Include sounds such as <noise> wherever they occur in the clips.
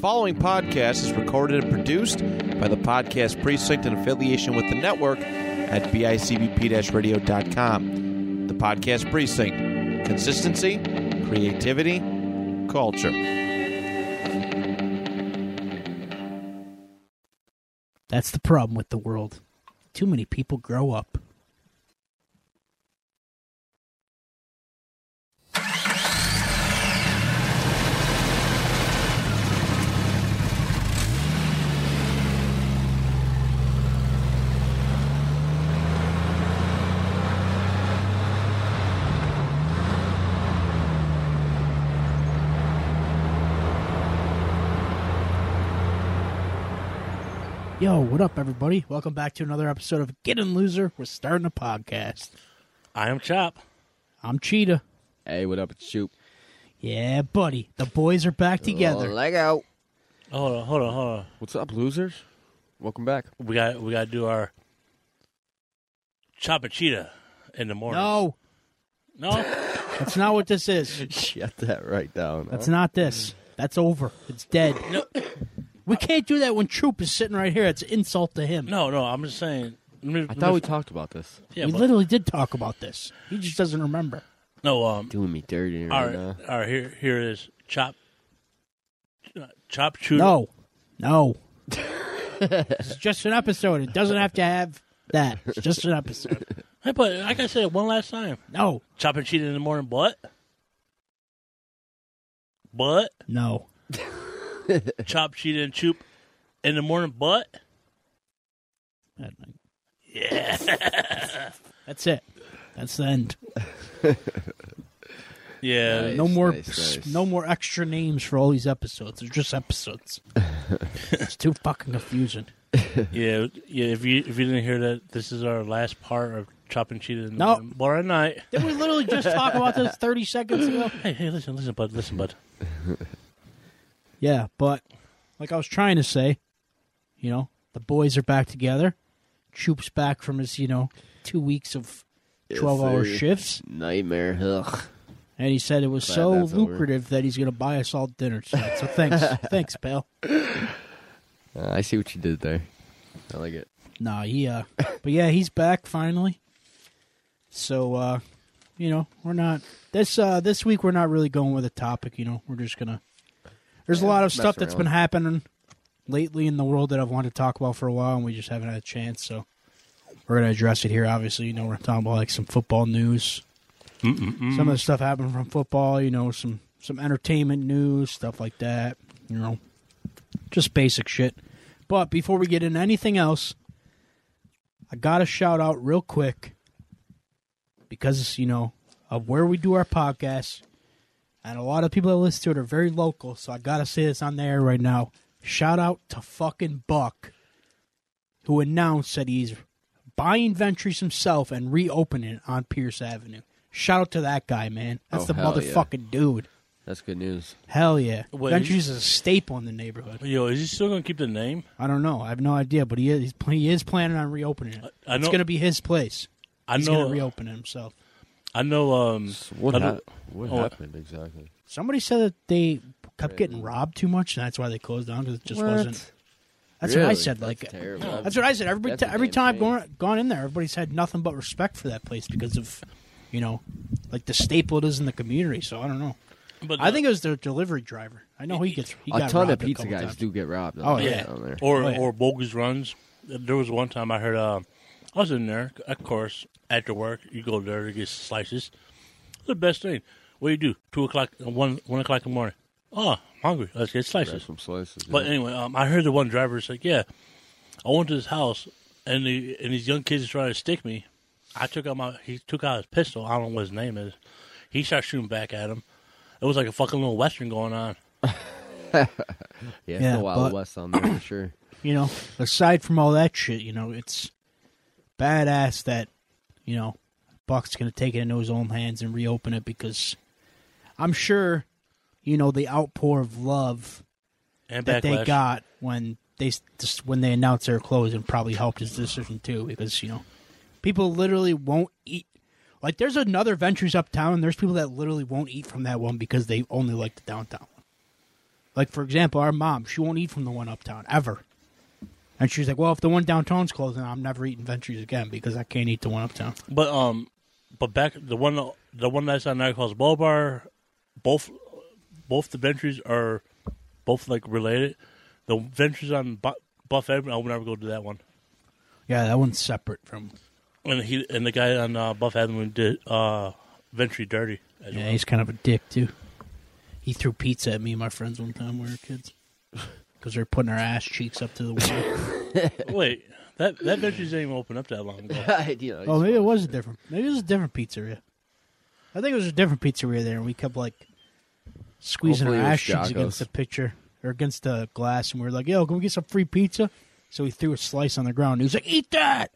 following podcast is recorded and produced by the Podcast Precinct in affiliation with the network at bicbp radio.com. The Podcast Precinct consistency, creativity, culture. That's the problem with the world. Too many people grow up. Yo, what up, everybody? Welcome back to another episode of Get In Loser. We're starting a podcast. I am Chop. I'm Cheetah. Hey, what up? It's Shoop. Yeah, buddy. The boys are back together. Leg out. Hold on, hold on, hold on. What's up, losers? Welcome <laughs> back. We got we got to do our Chop and Cheetah in the morning. No, no. that's not what this is. Shut that right down. That's not this. That's over. It's dead. No. We can't do that when Troop is sitting right here. It's an insult to him. no, no. I'm just saying. I thought we talked about this. yeah, we but- literally did talk about this. He just doesn't remember. no. Um, Doing me dirty all right right, now. all right. Here, here it is Chop, uh, Chop Cheetah. No, <laughs> no. it's just an episode. It doesn't have to have that. It's just an episode. Hey, but like I said, one last time, No, Chop and Cheetah in the morning. But, but no. Chop Cheetah and Choop in the morning. But <laughs> That's it. That's the end. yeah, no more, nice, nice. no more extra names for all these episodes. They're just <laughs> episodes. it's too fucking confusing. Yeah, yeah. If you if you didn't hear that, this is our last part of Chop and Cheetah in the No. morning. Bar at night. Did we literally just <laughs> talk about this thirty seconds ago? Hey, hey, listen, listen, bud, listen, bud. Yeah, but like I was trying to say, you know, the boys are back together. Choop's back from his, you know, two weeks of Yes, twelve-hour sir. shifts, Nightmare. Ugh. and he said it was Glad so that's over. lucrative that he's going to buy us all dinner tonight. So <laughs> thanks, thanks, pal. Uh, I see what you did there. I like it. Nah, he uh but yeah, he's back finally. So uh you know, we're not this uh this week we're not really going with a topic, you know. We're just gonna there's a lot of mess stuff that's been around. happening lately in the world that I've wanted to talk about for a while and we just haven't had a chance, so we're gonna address it here obviously, you know, we're talking about like some football news. Some of the stuff happened from football, you know, some some entertainment news, stuff like that, you know. Just basic shit. But before we get into anything else, I got to shout out real quick because, you know, of where we do our podcast. And a lot of people that listen to it are very local. So I got to say this on the air right now. Shout out to fucking Buck, who announced that he's buying Ventries himself and reopening it on Pierce Avenue. Shout out to that guy, man. That's Oh, the hell yeah. motherfucking dude. That's good news. Hell yeah. Wait. Ventures is a staple in the neighborhood. Yo, is he still gonna keep the name? I don't know. I have no idea, but he is, he's, pl- he is planning on reopening it. I it's know- going to be his place. I He's know. gonna reopen it himself. I know. Um, So what I know- hap- what oh, happened exactly? Somebody said that they kept getting robbed too much, and that's why they closed down because it just wasn't. That's what I Really? said. That's like terrible. that's what I said. Every That's ti- a every damn time I've shame. gone gone in there, everybody's had nothing but respect for that place because of, you know, like the staple it is in the community. So I don't know. but I think it was their delivery driver. I know he gets he a got ton of robbed pizza couple guys times. do get robbed. Oh, down yeah. down there. or Oh, yeah. or bogus runs. There was one time I heard. Um, I was in there, of course, after work. You go there to get slices. It's the best thing. What do you do? Two o'clock, one one o'clock in the morning. Oh, I'm hungry. Let's get Grab slices. some slices. But yeah. anyway, um, I heard the one driver was like, "Yeah, I went to this house, and the and these young kids trying to stick me. I took out my he took out his pistol. I don't know what his name is. He started shooting back at him. It was like a fucking little western going on. yeah, it's Yeah, the Wild but- West on there for <laughs> sure. you know, aside from all that shit, you know, it's badass that, you know, Buck's going to take it into his own hands and reopen it because I'm sure, you know, the outpour of love And that backlash. they got when they s- just when they announced their closing probably helped his decision too because, you know, people literally won't eat like there's another ventures uptown and there's people that literally won't eat from that one because they only like the downtown one. Like for example, our mom, she won't eat from the one uptown ever. And she's like, "Well, if the one downtown's closing, I'm never eating Ventures again because I can't eat the one uptown." But um, but back the one the one that's on Niagara's Ball Bar, both both the ventures are both like related. The ventures on Bu- Buff Avenue, I will never go to that one. Yeah, that one's separate from. And he and the guy on uh, Buff Avenue did uh, Venture dirty. As Yeah, well. he's kind of a dick too. He threw pizza at me and my friends one time when we were kids because we were putting our ass cheeks up to the window. Wait, that that ventures didn't even open up that long ago. you know, oh, maybe it was a different. Maybe it was a different pizzeria. I think it was a different pizzeria there, and we kept like squeezing Hopefully it our was ass cheeks Jocko's. against the picture or against the glass, and we were like, "Yo, can we get some free pizza?" So he threw a slice on the ground. And he was like, "Eat that!"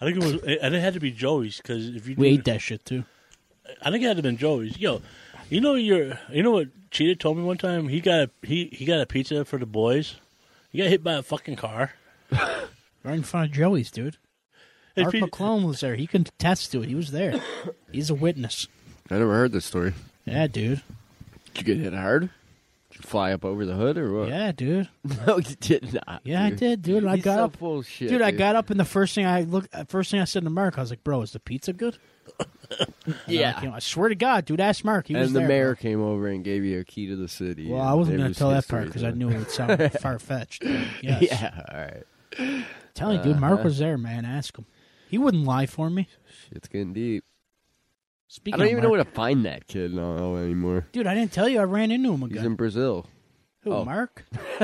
I think it was, and it had to be Joey's because if you We didn't- ate that shit too. I think it had to have been Joey's. Yo, you know your you know what Cheetah told me one time? He got a he, he got a pizza for the boys. He got hit by a fucking car. Right in front of Joey's, dude. His Mark pi- McClone was there. He can attest to it. He was there. He's a witness. I never heard this story. Yeah, dude. Did you get hit hard? Did you fly up over the hood or what? Yeah, dude. <laughs> No, you did not. Yeah, I dude. did, dude. And I He's got so up, full of shit, dude, I got up, and the first thing I look, uh, first thing I said to Mark, I was like, "Bro, is the pizza good?" And I, Yeah. came- I swear to God, dude. Ask Mark. He was And the there, mayor came over and gave you a key to the city. Well, and I wasn't it going was to tell that history, part because I dude. knew it would <laughs> sound far fetched. Yes. Yeah, Yeah, Uh-huh. all right. telling you, dude. Mark was there, man. Ask him. He wouldn't lie for me. It's getting deep. Speaking, I don't of even know Mark, where to find that kid no, anymore. Dude, I didn't tell you. I ran into him He's again. in Brazil. Who, oh. Mark? <laughs>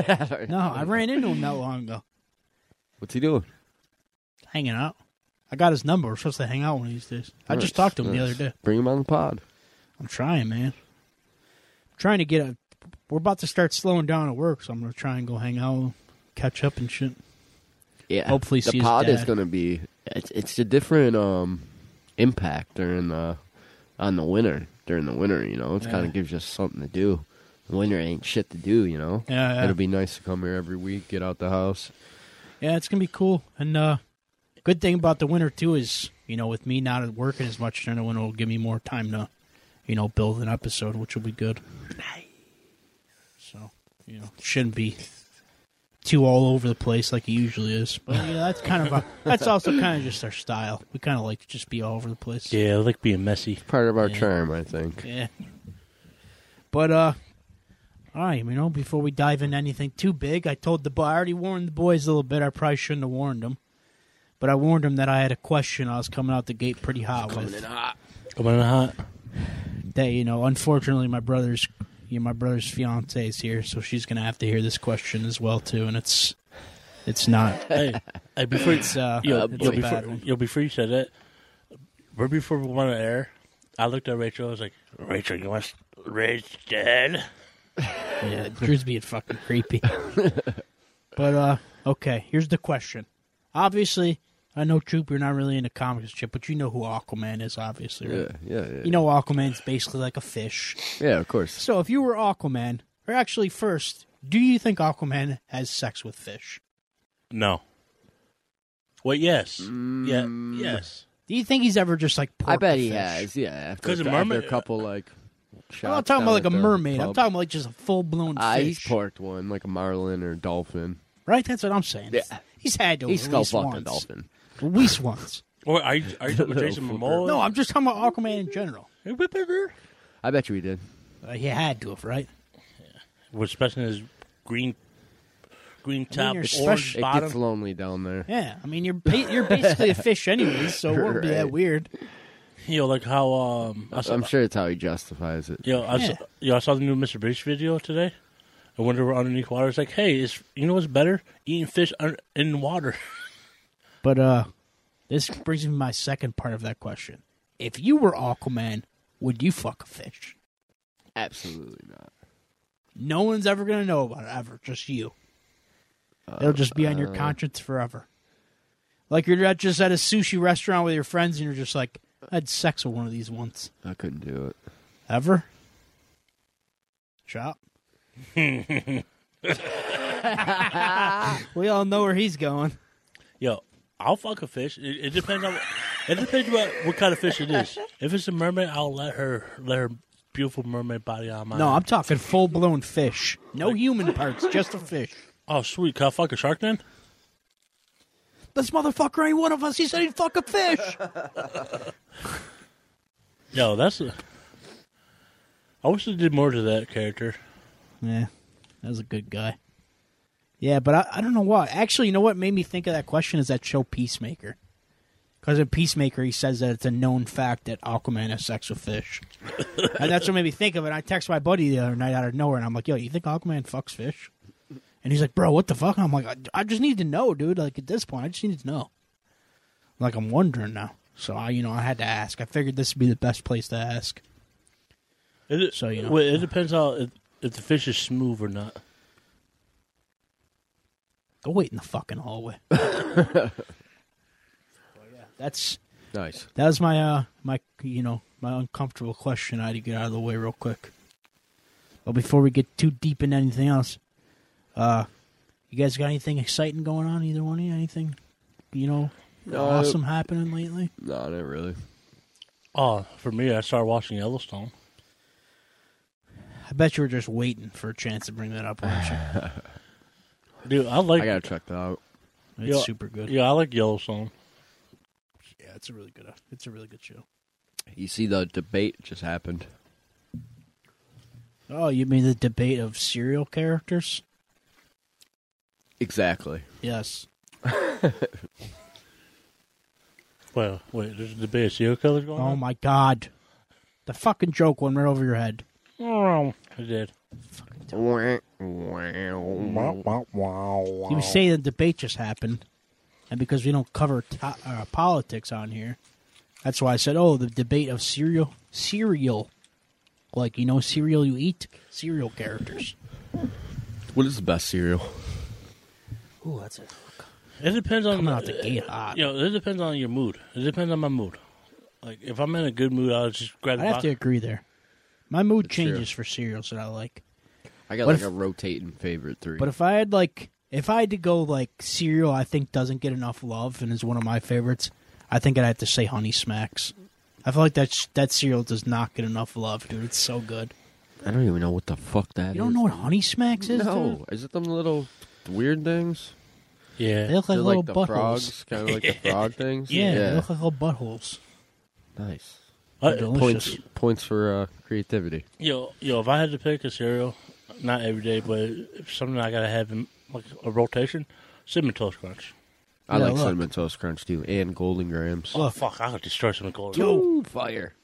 No, <laughs> I ran into him not long ago. What's he doing? Hanging out. I got his number. We're supposed to hang out one of these days. I just Nice, talked to him the nice. other day. Bring him on the pod. I'm trying, man. I'm trying to get a. We're about to start slowing down at work, so I'm gonna try and go hang out, catch up, and shit. Yeah. Hopefully the see his pod is dad. going to be it's, it's a different um impact during the on the winter during the winter. You know, it kind Yeah. of gives you something to do. The winter ain't shit to do. You know. Yeah, yeah. It'll be nice to come here every week, get out the house. Yeah, it's gonna be cool. And uh good thing about the winter too is, you know, with me not working as much during the winter, will give me more time to, you know, build an episode, which will be good. So, you know, shouldn't be too all over the place like it usually is. But you know, that's kind of our, that's also kind of just our style. We kind of like to just be all over the place. Yeah, I like being messy. Part of our Yeah. charm, I think. Yeah. But uh all right, you know, before we dive into anything too big, I told the boy I already warned the boys a little bit. I probably shouldn't have warned them. But I warned them that I had a question I was coming out the gate pretty hot with. Come on, hot. That, you know, unfortunately my brother's you know, my brother's fiance is here, so she's gonna have to hear this question as well too, and it's it's not <laughs> Hey, hey, before it's uh yo, it's yo, a before, bad one. yo, before you said that, right before we went on air, I looked at Rachel. I was like, Rachel, you want Rich dead? Yeah, Drew's being fucking creepy. <laughs> but uh okay, here's the question. Obviously, I know Troop, you're not really into comics and shit, but you know who Aquaman is, obviously, Yeah, right? yeah, yeah. You know Aquaman's basically like a fish. yeah, of course. So if you were Aquaman, or actually first, do you think Aquaman has sex with fish? No. Wait, yes, Mm. yeah, yes. Do you think he's ever just like I porked bet a he fish? has. Yeah, after, 'Cause a after mermaid- a couple like. Shots I'm not talking about down like a at the mermaid. I'm pub. talking about like just a full blown Ah, he's fish. porked one, like a marlin or dolphin. right? That's what I'm saying. Yeah. He's had to He's at still least fucked a once. dolphin. At least once. Or <laughs> are you, are you talking about Little Jason flipper. Momoa? No, I'm just talking about Aquaman in general. I'm. I bet you he did. Uh, he had to have, right? was especially his green green I top, mean, you're orange special- It bottom. gets lonely down there. Yeah, I mean you're ba- you're basically a fish anyways, so it wouldn't be that Right. weird. you know, like how um, I saw, I'm sure it's how he justifies it. you know, I, saw, Yeah. you know, I saw the new Mr. Beast video today. I wonder where underneath water. It's like, hey, it's you know what's better? Eating fish un- in water. <laughs> But uh, this brings me to my second part of that question. If you were Aquaman, would you fuck a fish? Absolutely not. No one's ever gonna know about it ever, just you. It'll just be on your conscience forever. Like you're at- just at a sushi restaurant with your friends, and you're just like, I had sex with one of these once I couldn't do it. ever. <laughs> Chop. we all know where he's going. Yo, I'll fuck a fish. It, it depends on it depends on what, what kind of fish it is. If it's a mermaid, I'll let her let her beautiful mermaid body on my. No, I'm talking full blown fish. No human parts, just a fish. oh, sweet. Can I fuck a shark then? This motherfucker ain't one of us. He said he'd fuck a fish. No, that's. A... I wish they did more to that character. Yeah, that was a good guy. Yeah, but I, I don't know why. Actually, you know what made me think of that question is that show Peacemaker. Because in Peacemaker, he says that it's a known fact that Aquaman has sex with fish. and that's what made me think of it. I text my buddy the other night out of nowhere, and I'm like, yo, you think Aquaman fucks fish? And he's like, bro, what the fuck? And I'm like, I, I just need to know, dude. Like, at this point, I just need to know. Like, I'm wondering now. So, I, you know, I had to ask. I figured this would be the best place to ask. Is it, So, you know. Well, it depends how if, if the fish is smooth or not. Go wait in the fucking hallway. <laughs> That's Nice. that was my uh my you know my uncomfortable question. I had to get out of the way real quick. But before we get too deep into anything else, uh, you guys got anything exciting going on? Either one of you? Anything you know Uh, No. awesome happening lately? No, not really. Oh, for me, I started watching Yellowstone. I bet you were just waiting for a chance to bring that up, <sighs> weren't you? Dude, I like. I gotta check that out. It's Yeah. super good. yeah, I like Yellowstone. Yeah, it's a really good. It's a really good show. You see, the debate just happened. Oh, you mean the debate of serial characters? Exactly. Yes. Well, wait, there's a debate of serial killers going Oh on. my god. The fucking joke went right over your head. Oh, I did. You say the debate just happened, and because we don't cover to- uh, politics on here, that's why I said, "Oh, the debate of cereal, cereal, like you know, cereal you eat, cereal characters." What is the best cereal? Ooh, that's it. It depends on Coming out the gate hot. You know, it depends on your mood. It depends on my mood. Like if I'm in a good mood, I'll just grab I'd the have box. to agree there. My mood true. changes for cereals that I like, I got What like if- a rotating favorite three. but if I had like, if I had to go like cereal, I think doesn't get enough love and is one of my favorites. I think I'd have to say Honey Smacks. I feel like that sh- that cereal does not get enough love, dude. It's so good. I don't even know what the fuck that is. You don't know what Honey Smacks is? dude? No, is it them little weird things? Yeah, They look like They're little like the buttholes. frogs, kind of like the <laughs> frog things. Yeah, they look like little buttholes. nice. I, They're delicious. Points points for uh, creativity. yo, yo, if I had to pick a cereal, not every day, but if something I gotta have in like a rotation, cinnamon toast crunch. I Yeah, like look. cinnamon toast crunch too, and golden grams. Oh fuck, I could destroy some gold. Ooh, fire!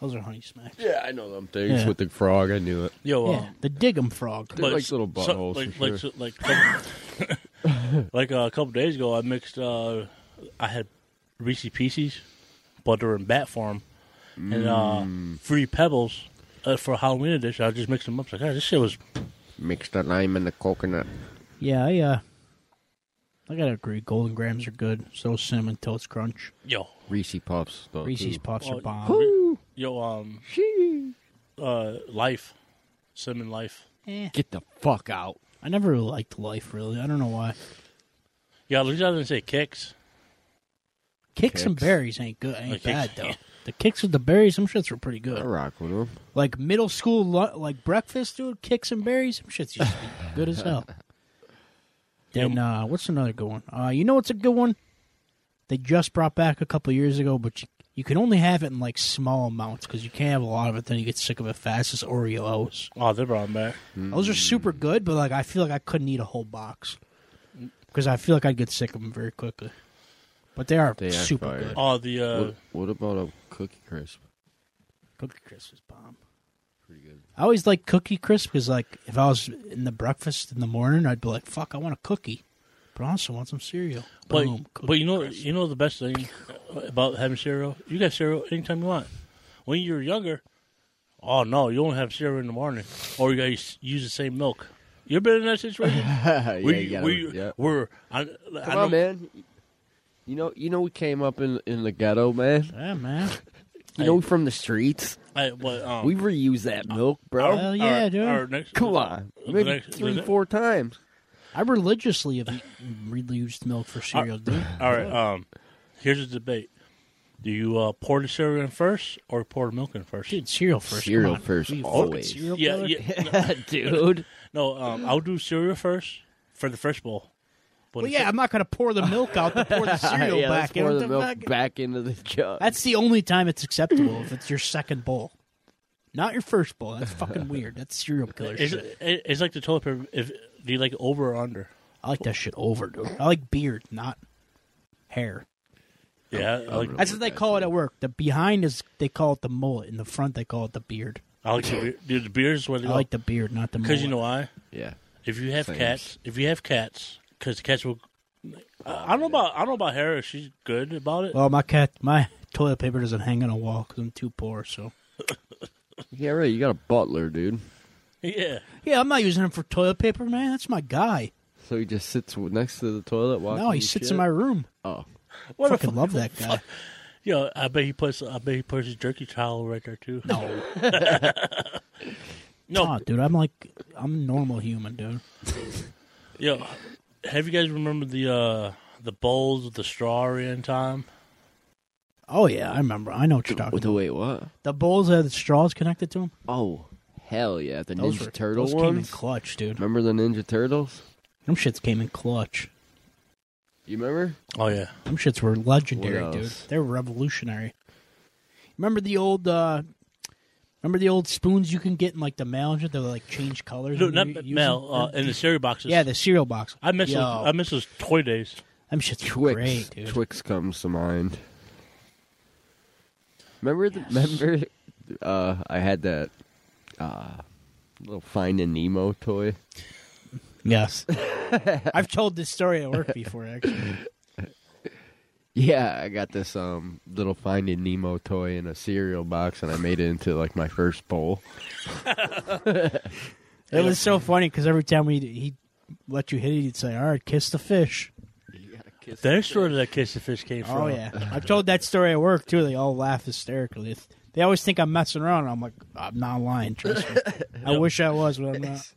Those are honey smacks. Yeah, I know them things Yeah. with the frog. I knew it. yo, Yeah, um, the dig'em frog. They're like little buttholes like, for like, sure. so- like, couple- <laughs> like, uh, a couple days ago, I mixed. Uh, I had Reese Pieces, butter and bat form, and uh, free pebbles uh, for Halloween edition. I just mixed them up. It's Like, "Ah, this shit was. Mix the lime and the coconut. Yeah, I uh, I gotta agree. Golden grams are good. So is cinnamon toast crunch. Yo, Reese puffs. Though, Reese's too. puffs Oh, are bomb. yo, um, uh, life, cinnamon life. Eh, Get the fuck out. I never really liked life really. I don't know why. Yeah, at least I didn't say kicks. Kicks, and Kicks. berries ain't good. Ain't Like, bad yeah. though. The kicks with the berries, some shits were pretty I good. rock with them. Like middle school, lu- like breakfast, dude. Kicks and berries, some shits used to be <laughs> good as hell. Then uh, what's another good one? Uh, you know what's a good one? They just brought back a couple years ago, but you, you can only have it in like small amounts because you can't have a lot of it. Then you get sick of it fast. Is Oreos? Oh, they brought them back. Those are Mm. super good, but like I feel like I couldn't eat a whole box because I feel like I'd get sick of them very quickly. But they are They are super fire. good. Oh, the uh, What, what about a cookie <laughs> crisp? Cookie Crisp is bomb. Pretty good. I always like Cookie Crisp because like if I was in the breakfast in the morning, I'd be like, "Fuck, I want a cookie." But I also want some cereal. but, Boom, but you know Cookie Crisp. you know the best thing about having cereal. You got cereal anytime you want. When you were younger, oh no, you don't have cereal in the morning, or you guys use the same milk. You ever been in that <laughs> situation? yeah, Were you you- gotta- were you- yeah. were- I, I Come know- on, man. You know, you know, we came up in in the ghetto, man. yeah, man. You know, from the streets. I, but, um, We reuse that milk, bro. Hell yeah, our- dude. our next- Come on, the maybe next- three, the- four times. I <laughs> religiously have eaten reused milk for cereal, dude. All right. Um, here's a debate: Do you uh, pour the cereal in first or pour the milk in first? Dude, cereal first. Cereal come on. first, Are you a fucking always. Cereal yeah, killer? yeah. <laughs> dude. No, um, I'll do cereal first for the first bowl. But Well, it's- yeah, I'm not going to pour the milk out to <laughs> pour the cereal yeah, back let's in. pour What the the milk fuck? back into the jug. That's the only time it's acceptable if it's your second bowl. Not your first bowl. That's fucking weird. That's serial killer it's, shit. it- it's like the toilet paper. If do you like it over or under? I like that shit over, dude. I like beard, not hair. Yeah, I like, That's what they call it at work. The behind is they call it the mullet. In the front they call it the beard. I like the beer. Dude, the beer is what I like the beard, not the mullet. because Oh. you know why? yeah. If you have Same. cats, if you have cats, because the cats will. I I don't know about I don't know about Hera. if She's good about it. Well, my cat, my toilet paper doesn't hang on a wall because I'm too poor. So Yeah, right. You got a butler, dude. <laughs> yeah, yeah, I'm not using him for toilet paper, man. That's my guy. So he just sits w- next to the toilet. Watching No, he you sits shit? in my room. Oh, what the Fucking fuck? love that guy. Yo, I bet he puts I bet he puts his jerky towel right there too. No, <laughs> no, Nah, dude, I'm like, I'm a normal human, dude. yo, have you guys remember the uh the bowls with the straw in time? Oh yeah, I remember. I know what you're talking. Wait, about. wait, what? The bowls that had the straws connected to them. Oh, hell yeah! The Those Ninja were Turtle those came in ones. clutch, dude. Remember the Ninja Turtles? Them shits came in clutch. You remember? Oh yeah, Them shits were legendary, What dude. else? They were revolutionary. Remember the old, uh remember the old spoons you can get in like the mail and shit that would like change colors. no, when not you use Mel them? uh, in the cereal boxes. yeah, the cereal box. I miss Yo, those, I miss those toy days. them shits were Twix. great, dude. Twix comes to mind. Remember? The, Remember? Uh, I had that uh, little Finding Nemo toy. <laughs> Yes, I've told this story at work before. Actually, Yeah, I got this um little Finding Nemo toy in a cereal box, and I made it into like my first bowl. it was so funny because every time we he let you hit it, he'd say, "All right, kiss the fish." There's where that kiss the fish came from. Oh yeah, <laughs> I've told that story at work too. They all laugh hysterically. It's- They always think I'm messing around. I'm like, I'm not lying. Trust me. <laughs> I wish I was, but I'm not.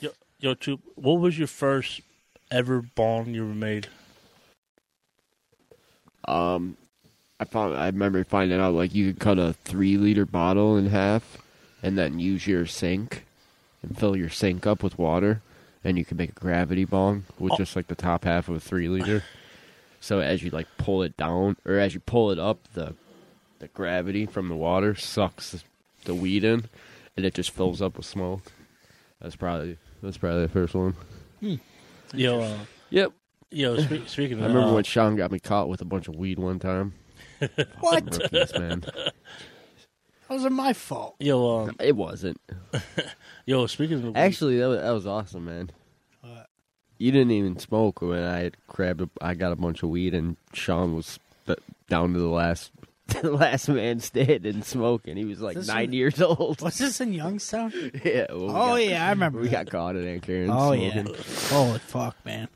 Yo, yo, Troop, what was your first ever bond you ever made? Um, I found I remember finding out like you could cut a three liter bottle in half, and then use your sink, and fill your sink up with water, and you can make a gravity bong with just like the top half of a three liter. So as you like pull it down, or as you pull it up, the the gravity from the water sucks the weed in, and it just fills up with smoke. That's probably that's probably the first one. Yo, uh, Yep, yo. <laughs> Spe- speaking I of, remember uh, when Sean got me caught with a bunch of weed one time. What? Rookies, man. <laughs> Those are my fault. yo, um, It wasn't. yo. Speaking of, Actually, that was, that was awesome, man. What? You didn't even smoke when I had grabbed. A, I got a bunch of weed, and Sean was th- down to the last, <laughs> the last man standing smoking. He was like This nine was- years old. <laughs> Was this in Youngstown? yeah. well, we Oh got- yeah, I remember. We that. got caught in Aunt Karen's Oh yeah. smoking. Holy fuck, man.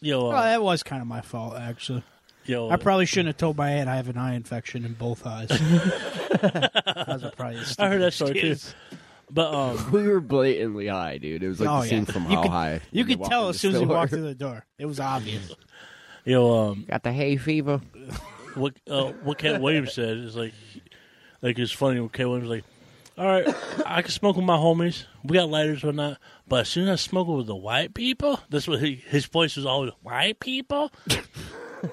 yo, Well, uh, that was kind of my fault, actually. yo. I probably shouldn't have told my aunt I have an eye infection in both <laughs> eyes. That was probably <laughs> the I heard that stupidest story too. excuse. But um, We were blatantly high, dude. It was like Oh, the yeah. scene from You How could- High. You when they could walk tell in as the soon as you store. walked through the door. It was obvious. <laughs> yo, um, Got the hay fever. what uh, what Cat Williams said is like, like it's funny. When Cat Williams was like, all right, I can smoke with my homies. We got lighters, and whatnot. But as soon as I smoke with the white people, that's what he, his voice was always white people.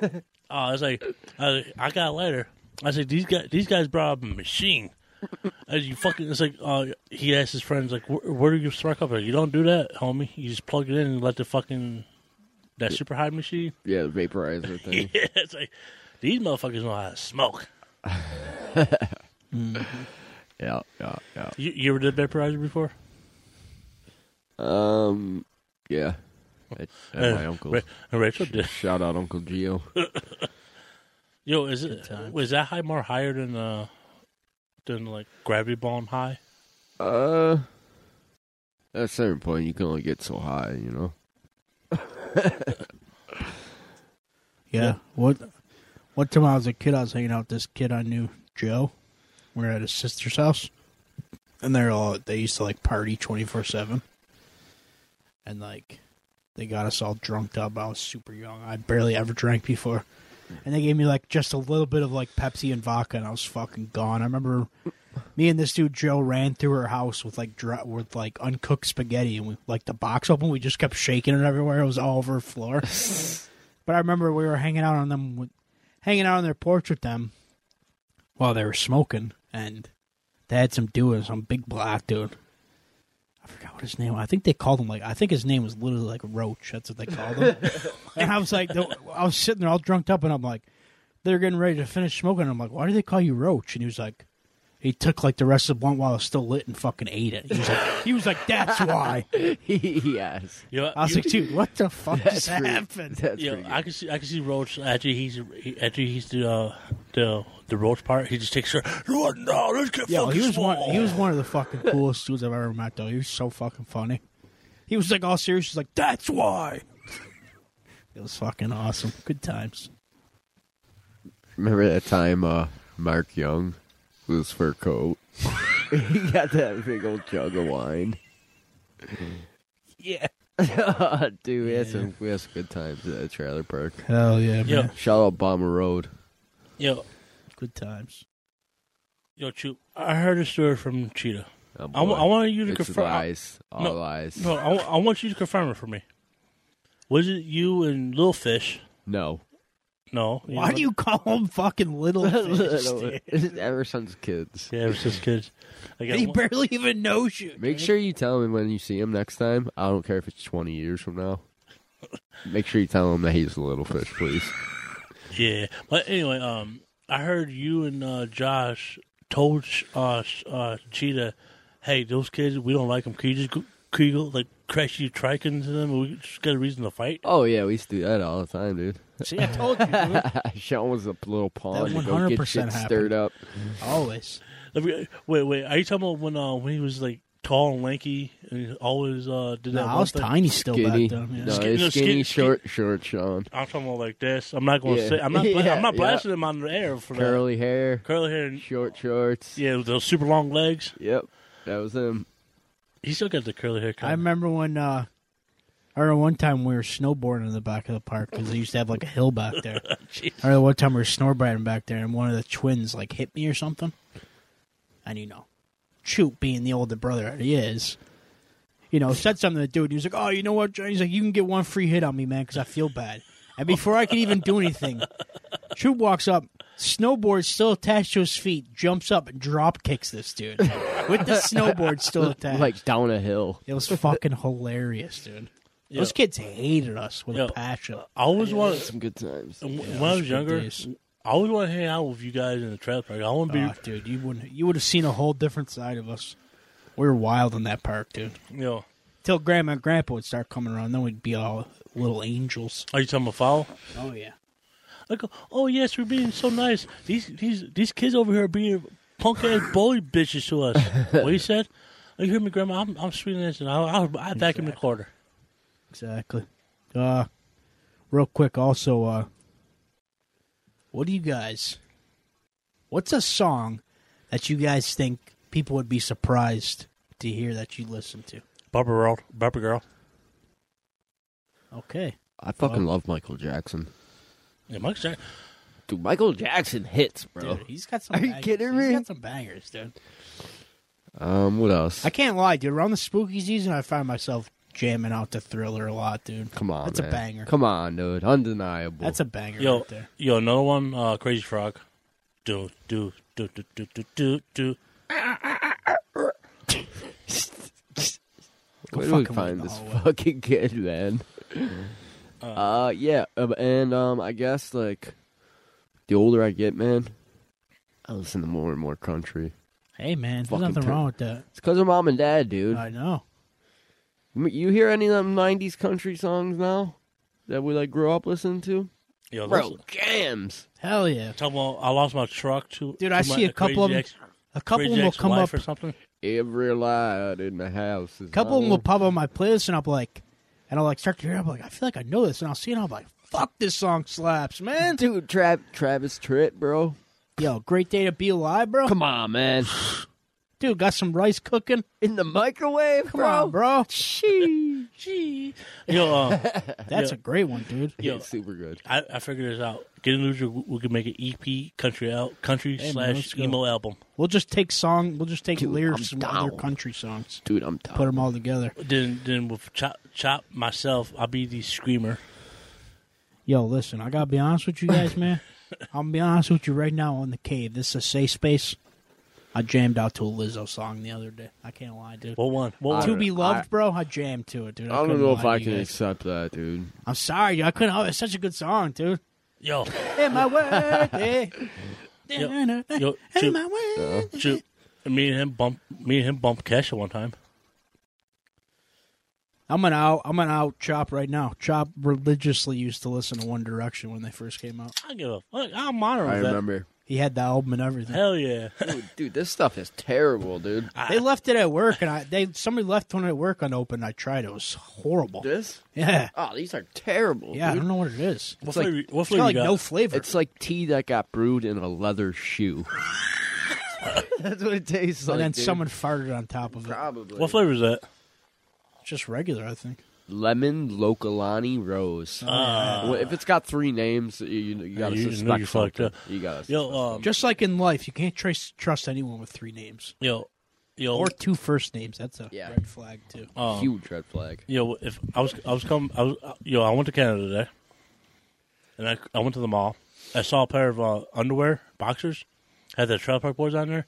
Oh, I was like, I, was like, I got a lighter. I said, these guys, these guys brought up a machine. As you fucking, it's like uh, he asked his friends, like, where, where do you spark up? Like, you don't do that, homie. You just plug it in and let the fucking that super high machine. <laughs> Yeah, the vaporizer thing. <laughs> <laughs> Yeah, it's like these motherfuckers know how to smoke. Mm. yeah, yeah, yeah. You, you ever did vaporizer before? Um, yeah. At, at my Uh, uncle's. Ra- Rachel did. Shout out Uncle Gio. Yo, is it was that high more higher than uh than like gravity bomb high? Uh, at a certain point, you can only get so high, you know. Yeah. What? One time I was a kid, I was hanging out with this kid I knew, Joe. We were at his sister's house, and they're all they used to like party twenty four seven, and like they got us all drunked up. I was super young. I barely ever drank before, and they gave me like just a little bit of like Pepsi and vodka, and I was fucking gone. I remember me and this dude Joe ran through her house with like dr- with like uncooked spaghetti, and we like the box open. We just kept shaking it everywhere. It was all over the floor. but I remember we were hanging out on them, with, hanging out on their porch with them while they were smoking, and they had some dude, and some big black dude. I forgot what his name. was. I think they called him like I think his name was literally like Roach. That's what they called him. and I was like, I was sitting there all drunked up, and I'm like, they're getting ready to finish smoking. I'm like, why do they call you Roach? And he was like, he took like the rest of the blunt while it was still lit and fucking ate it. He was like, he was like, that's why. <laughs> yes. You know, I was you- like, dude, what the fuck just pretty- happened? <laughs> That's Yeah, pretty good. I can see. I can see Roach after he's he, after he's the uh, the the Roach part. He just takes her. You are no, this kid Yo, fucking he was one. small." He <laughs> was one of the fucking coolest dudes I've ever met. Though he was so fucking funny. He was like all serious. He's like, "That's why." <laughs> It was fucking awesome. Good times. Remember that time uh, Mark Young with his fur coat? <laughs> he got that big old jug of wine. <laughs> Yeah. Dude, we had, some, we had some good times at that trailer park. Hell yeah, man. Yo, Shout out Bomber Road. yo, Good times. yo, Chew. I heard a story from Cheetah. Oh, I, wa- boy. I want you to it's confirm. lies. All No, lies. No, I, wa- I want you to confirm it for me. Was it you and Little Fish? <laughs> No. <laughs> No. you Why know- do you call him fucking <laughs> little? Fish, dude? Ever since kids. Yeah, it was just kids. I got He one- barely even knows you. Make sure you tell him when you see him next time. I don't care if it's 20 years from now. Make sure you tell him that he's a little fish, please. Yeah, but anyway, um, I heard you and uh, Josh told sh- uh, sh- uh, Cheetah, "Hey, those kids, we don't like them. Can you just go, can you go, like crash you trike into them? We just got a reason to fight." <laughs> Oh, yeah, we used to do that all the time, <laughs> dude. See, I told <laughs> you, dude. Sean was a little pawn That to go 100% get shit stirred up. always. Let me- Wait, wait, are you talking about when uh, when he was like tall and lanky and he always uh, did No, that? I one was thing? tiny still Skinny, back then. Yeah. no, Sk- it's no, skin- skin- skinny, short, short Sean. I'm talking about like this. I'm not going to Yeah. say. I'm not. Bla- <laughs> Yeah, I'm not yeah. blasting him on the air for that. Curly hair, Curly hair. And, short shorts. yeah, with those super long legs. Yep, that was him. He still got the curly hair. I Kind remember when uh, I remember one time we were snowboarding in the back of the park because they used to have like a hill back there. <laughs> I remember one time we were snowboarding back there, and one of the twins like hit me or something. And you know, Choot being the older brother that he is, you know, said something to the dude. He was like, "Oh, you know what, Johnny?" He's like, "You can get one free hit on me, man, because I feel bad." And before I could even do anything, Choot walks up, snowboard still attached to his feet, jumps up and drop kicks this dude with <laughs> the snowboard still attached. Like down a hill. It <laughs> was fucking hilarious, dude. Those Yeah. kids hated us with Yeah. a passion. I always wanted. Some good times. And w Yeah, when I those was were good younger, days. I always want to hang out with you guys in the trailer park. I want to be, Oh, dude, you wouldn't. You would have seen a whole different side of us. We were wild in that park, dude. you know, Till Grandma and Grandpa would start coming around, then we'd be all little angels. are you talking about foul? Oh yeah, I go, oh yes, we're being so nice. These these these kids over here are being punk ass <laughs> bully bitches to us. what you <laughs> said? Oh, you hear me, Grandma? I'm I'm sweet and innocent. I I, I vacuum the quarter. exactly. Uh, real quick, also, uh, what do you guys? What's a song that you guys think people would be surprised to hear that you listen to? Barbara girl, Barbara girl. Okay, I fucking Oh. love Michael Jackson. Yeah, Mike's Jack- Dude, Michael Jackson hits, bro. Dude, he's got some. Are you bangers. kidding He's me? got some bangers, dude. Um, what else? I can't lie, dude. Around the spooky season, I find myself jamming out to Thriller a lot, dude. Come on, that's a man. banger. Come on, dude. Undeniable. That's a banger Yo, right there. yo, another one. Uh, Crazy Frog. Do do do do do do do do. Where fuck do we him in find the this hallway. <laughs> fucking kid, man? Uh, yeah, um, and um, I guess like the older I get, man, I listen to more and more country. Hey, man, there's fucking nothing ter- wrong with that. It's because of mom and dad, dude. I know. M- You hear any of them '90s country songs now that we like grew up listening to, Yo, bro? listen- Jams. Hell yeah, Talking about, I lost my truck to. dude. to I my- see a couple of Crazy them. Ex- A couple of Crazy them will come Ex-Wife up. or something. Every light in the house. Is A couple of them will on. pop on my playlist, and I'll be like, and I'll like start to hear. it, I'll be like, I feel like I know this, and I'll see it. and I'll be like, fuck, this song slaps, man. Dude, Trav- Travis Tritt, bro. Yo, great day to be alive, bro. <sighs> Come on, man. dude, got some rice cooking? In the microwave, Come on, bro. <laughs> She. Gee. Yo, uh, That's a great one, dude. yo, super good. I, I figured this out. Get in loser, we we could make an EP country out country Hey, man, let's slash go. emo album. We'll just take song. We'll just take Dude, lyrics I'm from other down. country songs. Dude, I'm tired. Put them all together. Then then with chop chop myself, I'll be the screamer. Yo, listen, I gotta be honest with you <laughs> guys, man. I'm gonna be honest with you right now on the cave. This is a safe space. I jammed out to a Lizzo song the other day. I can't lie, dude. What one? What I one? to be I- loved, bro. I jammed to it, dude. I, I don't couldn't know lie if to I you can guys. accept that, dude. I'm sorry, dude. I couldn't. Oh, it's such a good song, dude. <laughs> Yo, Am I worth <laughs> it? Yo, yo, Am Chip. I Uh-huh. worth it? shoot. Me and him bump. Me and him bump cash at one time. I'm an out. I'm an out. Chop right now. Chop religiously used to listen to One Direction when they first came out. I give a fuck. I'm honored I with that. remember. He had the album and everything. <laughs> Hell yeah. Oh, Dude, dude, this stuff is terrible, dude. They left it at work, and I they somebody left one at work unopened. I tried. It was horrible. <laughs> This? Yeah, Oh, these are terrible. yeah. I dude. don't know what it is. What It's like- flavor? It's what got flavor like you got? no flavor. It's like tea that got brewed in a leather shoe. <laughs> That's what it tastes and like. then dude. someone farted on top of it. probably what flavor is that? Just regular, I think. lemon locolani rose. Well, if it's got three names, you, you, you gotta You know suspect you fucked something. up. You gotta. Yo, um, Just like in life, you can't trace, trust anyone with three names yo, yo, or two first names. That's a Yeah. red flag too. um, huge red flag. Yo, if I was, I was coming. I was, yo, I went to Canada today, and I, I went to the mall. I saw a pair of uh, underwear, boxers, had the trailer park boys on there.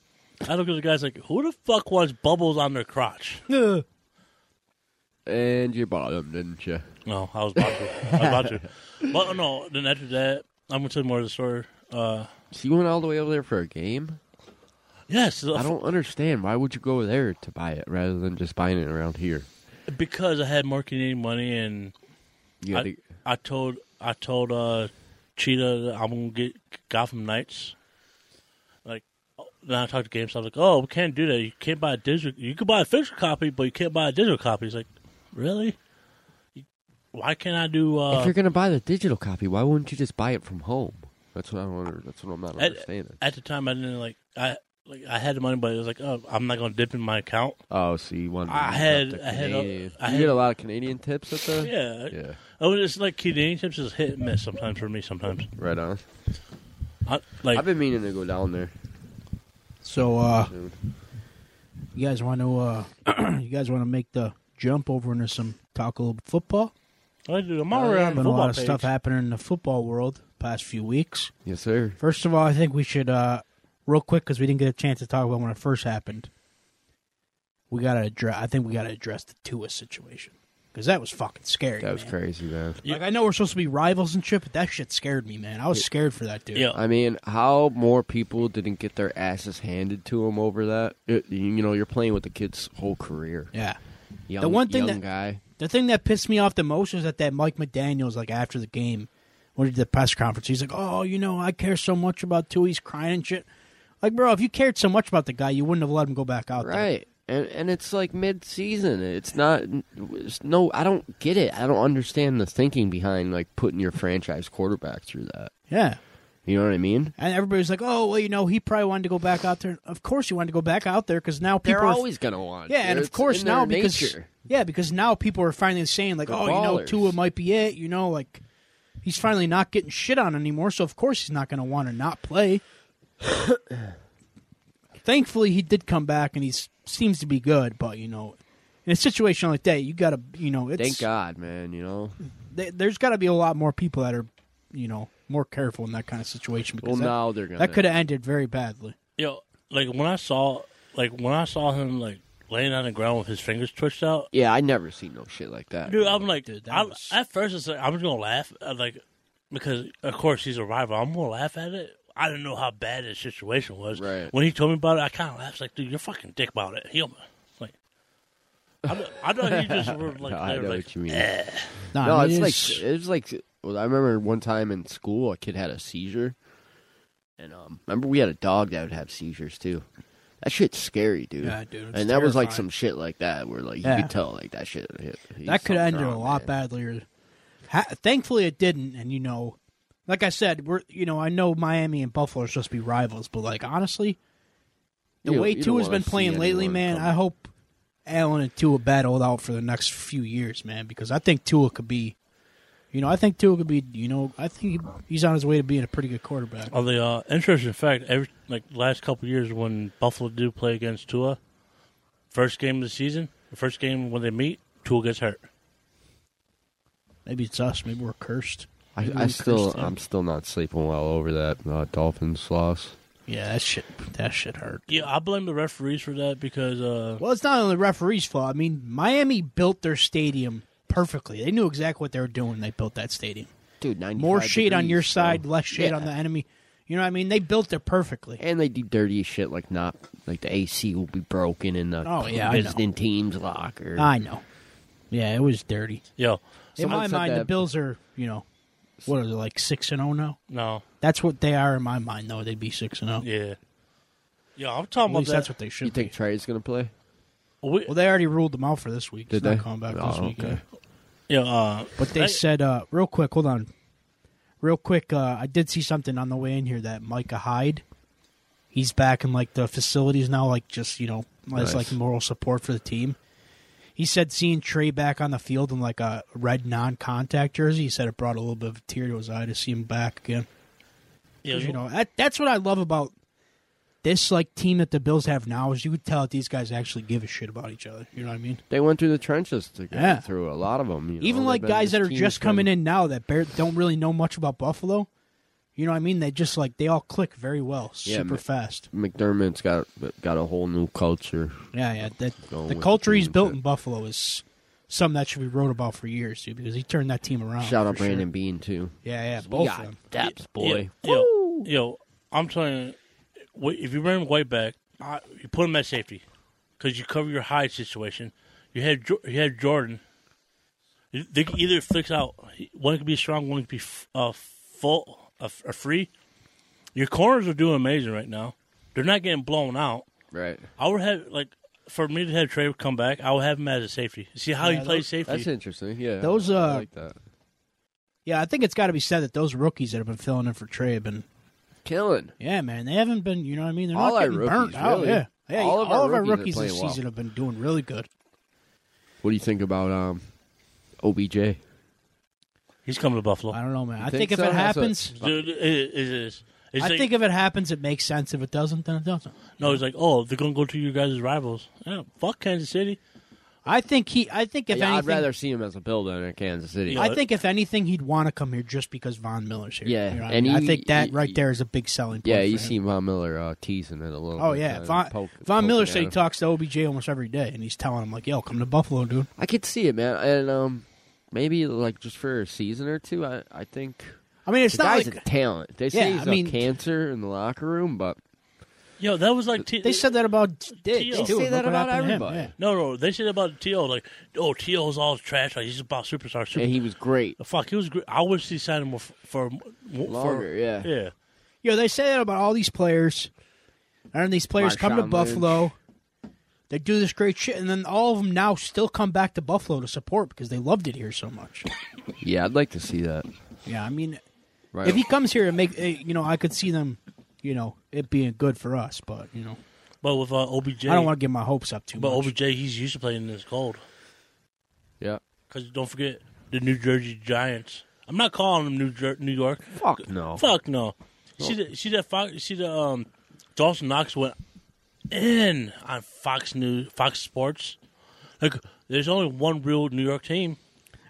I looked at the guys like, who the fuck wants bubbles on their <laughs> crotch? Ugh. And you bought them, didn't you? No, I was about to. I was about to. But oh, no, then after that, I'm gonna tell you more of the story. Uh, So you went all the way over there for a game? yes, I don't understand. Why would you go there to buy it rather than just buying it around here? because I had more Canadian money, and You I, had to- I told I told uh, Cheetah that I'm gonna get Gotham Knights. Like then I talked to GameStop like, oh, we can't do that. You can't buy a digital. You can buy a physical copy, but you can't buy a digital copy. It's like, really? Why can't I do? if Uh, you're gonna buy the digital copy, why wouldn't you just buy it from home? That's what I don't. Under, that's what I'm not at, understanding. at the time, I didn't like I like I had the money, but it was like, oh, I'm not gonna dip in my account. oh, so you wanted? to I use up had- the I had a- Canadian- I you had- get a lot of Canadian tips at the. Yeah. Yeah. Oh, it's like Canadian tips is hit and miss sometimes for me. Sometimes, Right on. I, like I've been meaning to go down there. So, uh, Dude. you guys want to uh, <clears throat> you guys want to make the jump over into some talk a little football? I do the Mario on the been a football lot of page. stuff happening in the football world past few weeks. Yes, sir. First of all, I think we should uh, real quick because we didn't get a chance to talk about when it first happened. We gotta address. I think we gotta address the Tua situation because that was fucking scary. That was man. crazy, man. Like I know we're supposed to be rivals and shit, but that shit scared me, man. I was scared for that dude. Yeah. I mean, how more people didn't get their asses handed to them over that? It- you know, you're playing with the kid's whole career. Yeah. Young, The one thing young that- guy. The thing that pissed me off the most was that that Mike McDaniel's like after the game, when he did the press conference, he's like, "Oh, you know, I care so much about Tua. He's crying and shit." Like, bro, if you cared so much about the guy, you wouldn't have let him go back out there. Right. And and it's like mid season. It's not. It's no, I don't get it. I don't understand the thinking behind like putting your franchise quarterback through that. Yeah. You know what I mean? And everybody's like, "Oh, well, you know, he probably wanted to go back out there." Of course, he wanted to go back out there because now people They're are always gonna want. yeah, and it. of It's course in their now because nature. yeah, because now people are finally saying like, They're "Oh, you know, ballers. Tua might be it." You know, like he's finally not getting shit on anymore. So of course he's not going to want to not play. <coughs> Thankfully, he did come back and he seems to be good. But you know, in a situation like that, you got to you know, it's Thank God, man. You know. th- there's got to be a lot more people that are you know more careful in that kind of situation because Well, that, now they're gonna. that could have ended very badly. Yo, like when I saw, like when I saw him like laying on the ground with his fingers twitched out, Yeah, I never seen no shit like that. dude, I'm like, Dude, that I, was- at first it's like I'm just gonna laugh, uh, like because of course he's a rival. I'm gonna laugh at it. I didn't know how bad his situation was. Right. When he told me about it, I kind of laughed. Like, dude, you're fucking dick about it. Heal me. Like, I, don't- I thought he <laughs> just were like, No, I they were know like what you mean. Nah, No, it it's is- like it's like. Well, I remember one time in school, a kid had a seizure, and um, remember we had a dog that would have seizures too. That shit's scary, dude. Yeah, dude, it's And that was like terrifying. some shit like that, where like you Yeah. could tell like that shit. Hit, that could have ended a lot better. badlier. Ha- thankfully, it didn't. And you know, like I said, we're you know I know Miami and Buffalo are supposed to be rivals, but like honestly, The You- way you don't Tua's wanna been see playing lately, anyone man, come- I hope Allen and Tua battle it out for the next few years, man, because I think Tua could be, you know, I think Tua could be, you know, I think he's on his way to being a pretty good quarterback. On the uh, interesting fact, every like last couple years when Buffalo do play against Tua, first game of the season, the first game when they meet, Tua gets hurt. Maybe it's us. Maybe we're cursed. I, Maybe I we still, um, cursed him. I'm still not sleeping well over that uh, Dolphins loss. Yeah, that shit. That shit hurt. Yeah, I blame the referees for that because uh, Well, it's not only the referee's fault. I mean, Miami built their stadium perfectly. They knew exactly what they were doing. when They built that stadium. Dude, 95 More shade on degrees, your so- side, less shade Yeah. on the enemy. You know what I mean? They built it perfectly. And they do dirty shit like not like the AC will be broken in the Oh, yeah, I know. visiting team's locker. I know. Yeah, it was dirty. yo, In Someone my said mind, the that- Bills are you know what are they like six and zero now? no, That's what they are in my mind, though. They'd be six and zero. yeah, yeah, I'm talking At least about that's that. what they should You think be. Trey's gonna play? We, Well, they already ruled them out for this week. He's Did not they? coming back Oh, this week. okay. yeah. yeah, uh, But they I- said, uh, real quick, hold on. Real quick, uh, I did see something on the way in here that Micah Hyde, he's back in like the facilities now, like just you know, as Nice. like moral support for the team. He said seeing Trey back on the field in like a red non-contact jersey, he said it brought a little bit of a tear to his eye to see him back again. yeah, 'Cause, you know, that, that's what I love about this like team that the Bills have now is you could tell that these guys actually give a shit about each other. You know what I mean? They went through the trenches to get Yeah. through a lot of them. even like guys that are just coming in now that bar- don't really know much about Buffalo. You know what I mean? They just like they all click very well, Yeah, super ma- fast. McDermott's got got a whole new culture. Yeah, yeah. That Going the with culture the he's team, built but- in Buffalo is something that should be wrote about for years, dude, because he turned that team around. Shout out Oh, for sure. Brandon Bean too. Yeah, yeah, both yeah, of them. Daps Yo, boy. Yo, yo, I'm telling you, wait, if you bring Whiteback, I- you put him at safety because you cover your hide situation. You had Jo- you had Jordan. You- They can either fix out one could be strong, one could be f- uh, full, uh, f- uh, free. Your corners are doing amazing right now. They're not getting blown out. Right. I would have like for me to have Trey come back. I would have him as a safety. See how Yeah, he plays those- safety. That's interesting. Yeah. Those, I uh, like that. Yeah, I think it's got to be said that those rookies that have been filling in for Trey have been. Killing. Yeah, man, they haven't been. You know what I mean? They're All not our getting rookies, burnt out. really. Yeah, yeah. All of our rookies are rookies this playing well. season have been doing really good. What do you think about um OBJ? He's coming to Buffalo. I don't know, man. I think think if so? it That's what- happens, Dude, it, it is. It's I like- think if it happens, it makes sense. If it doesn't, then it doesn't. No, it's like, oh, they're gonna go to your guys' rivals. Yeah, fuck Kansas City. I think he. I think if yeah, anything, I'd rather see him as a builder than in Kansas City. Yeah. I think if anything, he'd want to come here just because Von Miller's here. Yeah, You know what and I, mean? I he- think that he- right there is a big selling. point Yeah, for you him. see Von Miller uh, teasing it a little. Oh bit, yeah, kinda Von, poke- Von poking Miller at said he him. talks to OBJ almost every day, and he's telling him like, "Yo, come to Buffalo, dude." I could see it, man, and um, maybe like just for a season or two. I I think I mean, it's the not guy's like a talent. They say Yeah, he's I mean- a cancer in the locker room, but Yo, that was like T- they said that about Diggs They too. say Look that what happened about to him. everybody. Yeah. no, no. They said about To like, oh, To's all trash. Like he's about superstar. Super. and he was great. fuck, he was great. I wish he signed him more f- for m- more- Longer, yeah. For, yeah. Yo, they say that about all these players, and these players come to Marshawn Buffalo. They do this great shit, and then all of them now still come back to Buffalo to support because they loved it here so much. Yeah, I'd like to see that. yeah, I mean, Right. if he comes here and make, eh, you know, I could see them, you know, it being good for us. But you know, But with uh, OBJ, I don't want to get my hopes up too But much. OBJ, he's used to playing in this cold. yeah. Because don't forget the New Jersey Giants. I'm not calling them New Jer- New York. Fuck no. Fuck no. You See the see that Fox, you see the um, Dawson Knox went in on Fox News, Fox Sports. Like, there's only one real New York team.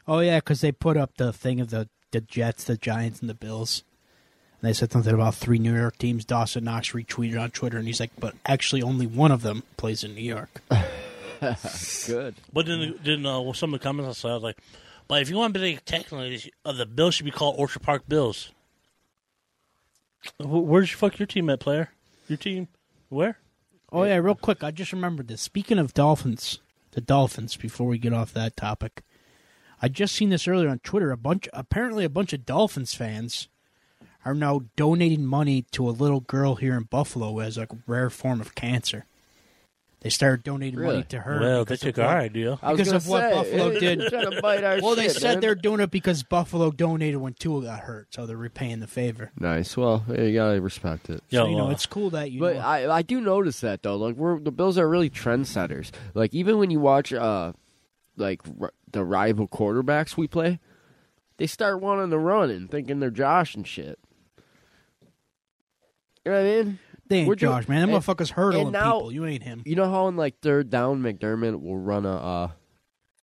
oh yeah, because they put up the thing of the the Jets, the Giants, and the Bills. And they said something about three New York teams. Dawson Knox retweeted on Twitter, and he's like, "But actually, only one of them plays in New York." Good. But then, then uh, well, some of the comments I saw, I was like, but if you want to be like, technically, uh, the Bills should be called Orchard Park Bills. Wh- Where's your fuck your team at, player? Your team, where? Oh yeah, real quick, I just remembered this. Speaking of dolphins, the dolphins. Before we get off that topic, I just seen this earlier on Twitter. A bunch, apparently, a bunch of Dolphins fans are now donating money to a little girl here in Buffalo who has like a rare form of cancer. They started donating Really? money to her. Well, they because of took what- our idea. I was Because gonna of what say, Buffalo they're did. trying to bite our Well, they shit, said man. they're doing it because Buffalo donated when Tua got hurt, so they're repaying the favor. nice. Well, you gotta respect it. So, Yo, you know, uh, it's cool that you. But know, I, I do notice that though. Like we're the Bills are really trendsetters. Like even when you watch uh like r- the rival quarterbacks we play, they start wanting to run and thinking they're Josh and shit. You know what I mean? they ain't we're doing- Josh, man. That and- motherfucker's hurdling and now- people. You ain't him. You know how on like third down McDermott will run a uh,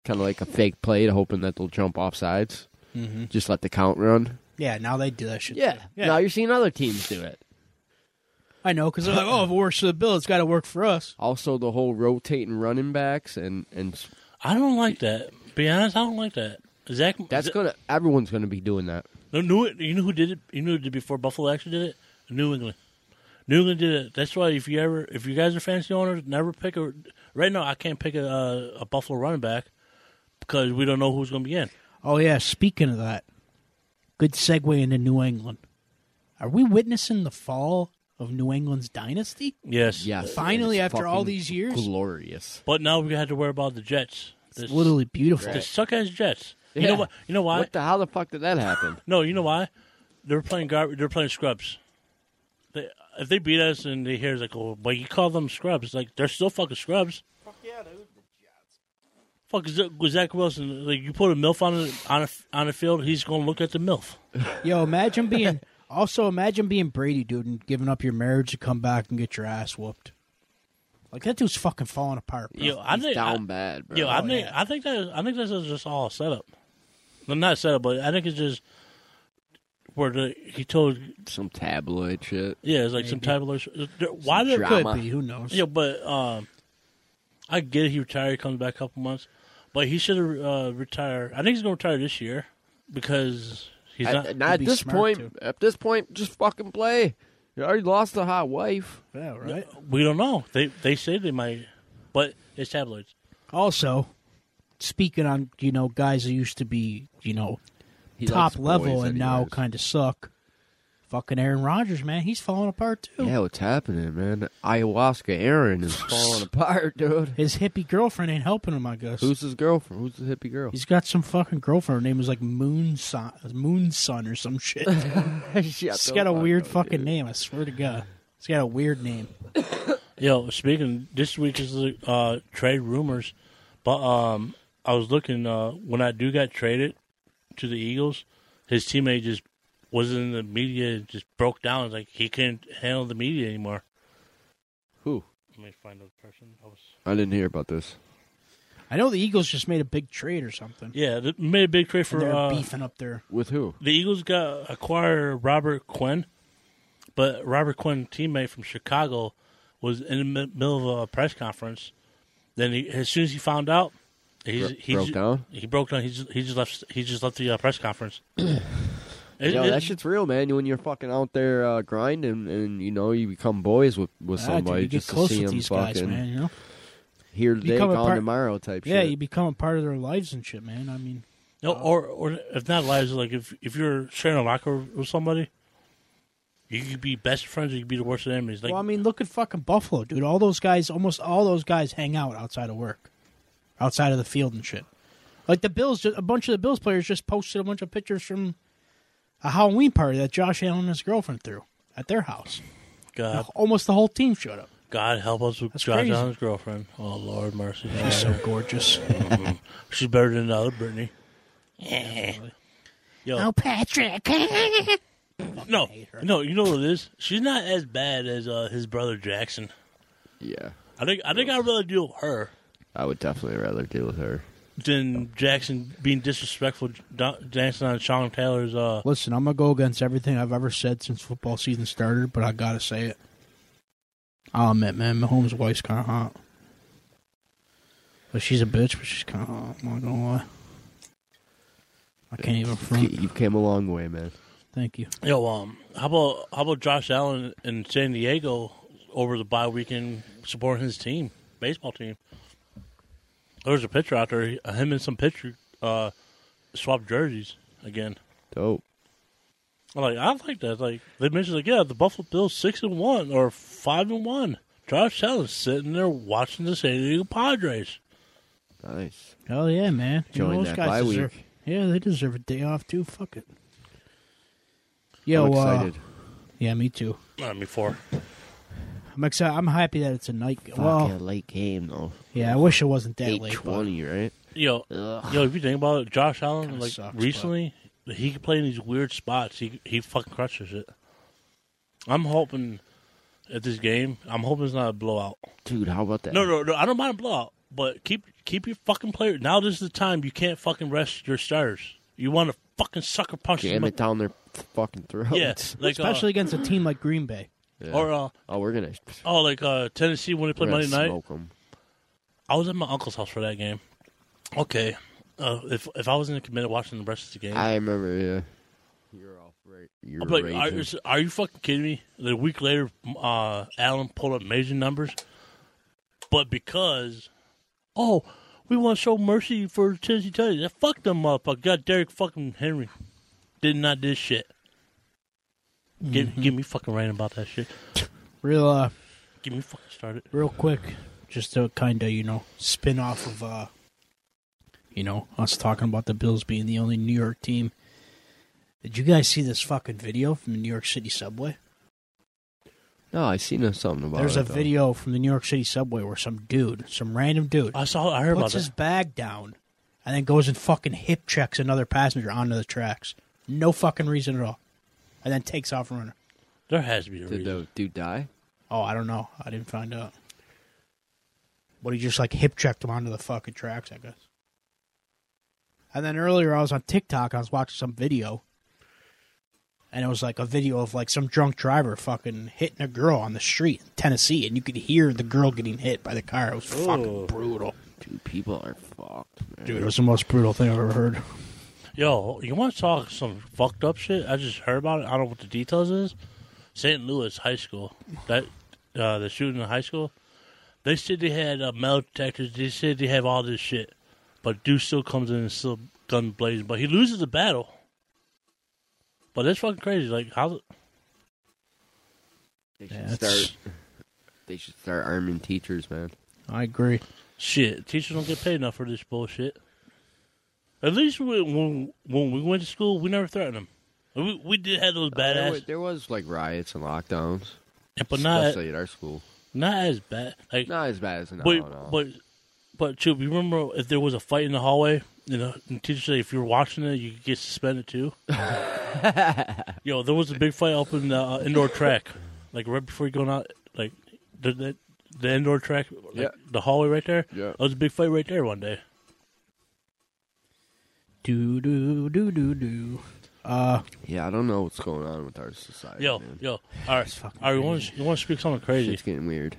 kind of like a fake play to hoping that they'll jump off sides. Mhm. Just let the count run. Yeah, now they do that shit. Yeah. Yeah. Now you're seeing other teams do it. I know because they're like, oh, if it works for the Bills, it's got to work for us. Also, the whole rotating running backs and and s- I don't like that. Be honest, I don't like that. Zach, that's Zach- gonna everyone's gonna be doing that. No, New, you know who did it? You know who did before Buffalo actually did it? New England. New England did it. That's why if you ever, if you guys are fantasy owners, never pick a. Right now, I can't pick a uh, a Buffalo running back because we don't know who's going to be in. Oh yeah, speaking of that, good segue into New England. Are we witnessing the fall of New England's dynasty? Yes. Yes. Finally, it's after all fucking these years? glorious. But now we had to worry about the Jets. It's This- literally beautiful. the suck ass Jets. You Yeah. know what? You know why? What the? How the fuck did that happen? No, you know why? They're playing garbage. They're playing scrubs. They, if they beat us and they hear it's like, oh, but you call them scrubs, It's like they're still fucking scrubs. Fuck yeah, dude. Fuck Z- Zach Wilson. Like you put a milf on a, on a on a field, he's gonna look at the milf. Yo, imagine <laughs> being also imagine being Brady, dude, and giving up your marriage to come back and get your ass whooped. Like that dude's fucking falling apart. Bro. Yo, I He's think down bad, bro. I, yo, I Oh, think yeah. I think that I think this is just all set up. Well, not set up, but I think it's just where the he told Some tabloid shit. yeah, it's like some type of why did drama. could Drama. be. Who knows? Yeah, but um, I get it. He retired, comes back a couple months, but he should have uh, retired. I think he's gonna retire this year because he's At- not. At, not at be this smart point. too. At this point, just fucking play. You already lost a hot wife. Yeah, right. we don't know. They they say they might, but it's tabloids. Also, speaking on you know guys who used to be you know He top likes boys level and now anyways. kind of suck. Fucking Aaron Rodgers, man, he's falling apart too. Yeah, what's happening, man? Ayahuasca Aaron is falling apart, dude. <laughs> His hippie girlfriend ain't helping him, I guess. Who's his girlfriend? Who's the hippie girl? He's got some fucking girlfriend. Her name is like Moon Sun, Moon Sun or some <laughs> shit. Shut She's the got a fuck weird up, fucking dude. name. I swear to God, she's got a weird name. Yo, speaking this week is the uh, trade rumors, but um, I was looking uh, when I do got traded to the Eagles, his teammate just was in the media, just broke down. It's Like he couldn't handle the media anymore. Who? Let me find the person. I was. I didn't hear about this. I know the Eagles just made a big trade or something. Yeah, they made a big trade And for they're uh, beefing up there. With who? the Eagles got acquired Robert Quinn, but Robert Quinn teammate from Chicago was in the mi- middle of a press conference. Then he, as soon as he found out, he's, Bro- he broke ju- down? He broke down. He just, he just left. He just left the uh, <clears throat> press conference. It- Yo, it- that shit's real, man. When you're fucking out there uh, grinding, and you know you become boys with, with Ah, dude, somebody you get just to close see with them these fucking guys, man. You know, here today, become a gone part- tomorrow type yeah, shit. you become a part of their lives and shit, man. I mean, no, or or if not lies, like if if you're sharing a locker room with somebody, you could be best friends or you could be the worst of enemies. Like well, I mean, look at fucking Buffalo, dude. All those guys, almost all those guys, hang out outside of work, outside of the field and shit. Like the Bills, a bunch of the Bills players just posted a bunch of pictures from a Halloween party that Josh Allen and his girlfriend threw at their house. God, Almost the whole team showed up. God help us with That's Josh crazy. Allen's girlfriend. Oh Lord, mercy. She's so gorgeous. She's better than the other Britney. Yo, oh, Patrick. <laughs> no, her. no, you know what it is? She's not as bad as uh, his brother Jackson. yeah, I think I think I'd rather deal with her I would definitely rather deal with her. than Jackson being disrespectful, da- dancing on Sean Taylor's. Uh, Listen, I'm gonna go against everything I've ever said since football season started, but I gotta say it. I'll admit, man, Mahomes' wife's kind of hot. But she's a bitch, but she's kind of hot. I'm not gonna lie. I can't even front. You came a long way, man. Thank you. yo, um, how about how about Josh Allen in San Diego over the bye weekend supporting his team, baseball team? There was a picture out there. Him and some pitcher uh, swapped jerseys again. Dope. I'm Like I like that. Like they mentioned, like yeah, the Buffalo Bills six and one or five and one. Josh Allen's sitting there watching the San Diego Padres. Nice. Hell yeah, man. You know, Join those that guys bye week. deserve, Yeah, they deserve a day off too. Fuck it. I'm Yo, uh, excited. yeah, me too. Not before. I'm excited. I'm happy that it's a night. Fuck yeah, Well, late game though. yeah, I wish it wasn't that Eight late. but- twenty, right? Yo, Ugh. yo, if you think about it, Josh Allen, Kinda like sucks, recently, he can play in these weird spots. He he fucking crushes it. I'm hoping at this game. I'm hoping it's not a blowout. Dude, how about that? No, no, no. I don't mind a blowout, but keep keep your fucking player. Now this is the time you can't fucking rest your starters. You want to fucking sucker punch Jam them. it down their fucking throats. Yeah, like uh, Especially against a team like Green Bay. Yeah. or uh, <laughs> oh, we're gonna oh, like uh, Tennessee when they play we're gonna Monday night. smoke 'em. I was at my uncle's house for that game. Okay, uh, if if I wasn't committed watching the rest of the game, I remember. Yeah, you're off. Right, you're I'm like, are, raging. is- are you fucking kidding me? The week later, uh, Allen pulled up amazing numbers, but because oh, we want to show mercy for Tennessee Titans. Yeah, Fuck them motherfuckers. Got Derek fucking Henry. Did not this shit. Give, Mm-hmm. give me fucking rain about that shit. Real, uh, Give me fucking started. real quick, just to kind of you know spin off of uh, you know us talking about the Bills being the only New York team. Did you guys see this fucking video from the New York City subway? no, I seen something about. There's it, a though. video from the New York City subway where some dude, some random dude, I saw. I heard about puts his that. bag down and then goes and fucking hip checks another passenger onto the tracks. No fucking reason at all. And then takes off running. There has to be a Did reason. the dude die? Oh, I don't know. I didn't find out. But he just like hip checked him onto the fucking tracks, I guess. And then earlier I was on TikTok, I was watching some video. And it was like a video of like some drunk driver fucking hitting a girl on the street in Tennessee, and you could hear the girl getting hit by the car. It was fucking brutal. Dude, people are fucked, man. Dude, it was the most brutal thing I've ever heard. Yo, you want to talk some fucked up shit? I just heard about it. I don't know what the details is. St. Louis High School, that uh, the shooting in high school, they said they had uh, metal detectors. They said they have all this shit, but dude still comes in and still gun blazing. But he loses the battle. But that's fucking crazy. Like how? the- They should Yeah, that's- start. They should start arming teachers, man. I agree. Shit, teachers don't get paid enough for this bullshit. At least we, when when we went to school, we never threatened them. We, we did have those There was, badass, there was like riots and lockdowns, but not especially at our school. not as bad. Like Not as bad as in But no. but but Chub, you remember if there was a fight in the hallway, you know, and teacher said if you were watching it, you could get suspended <laughs> too. Yo, there was a big fight up in the uh, indoor track, like right before you going out, like the the, the indoor track, like, Yeah. the hallway right there. Yeah. there was a big fight right there one day. Do do do do do. Uh, yeah, I don't know what's going on with our society. Yo, man. yo, all right, fucking all right. You want to you want to speak something crazy? shit's getting weird.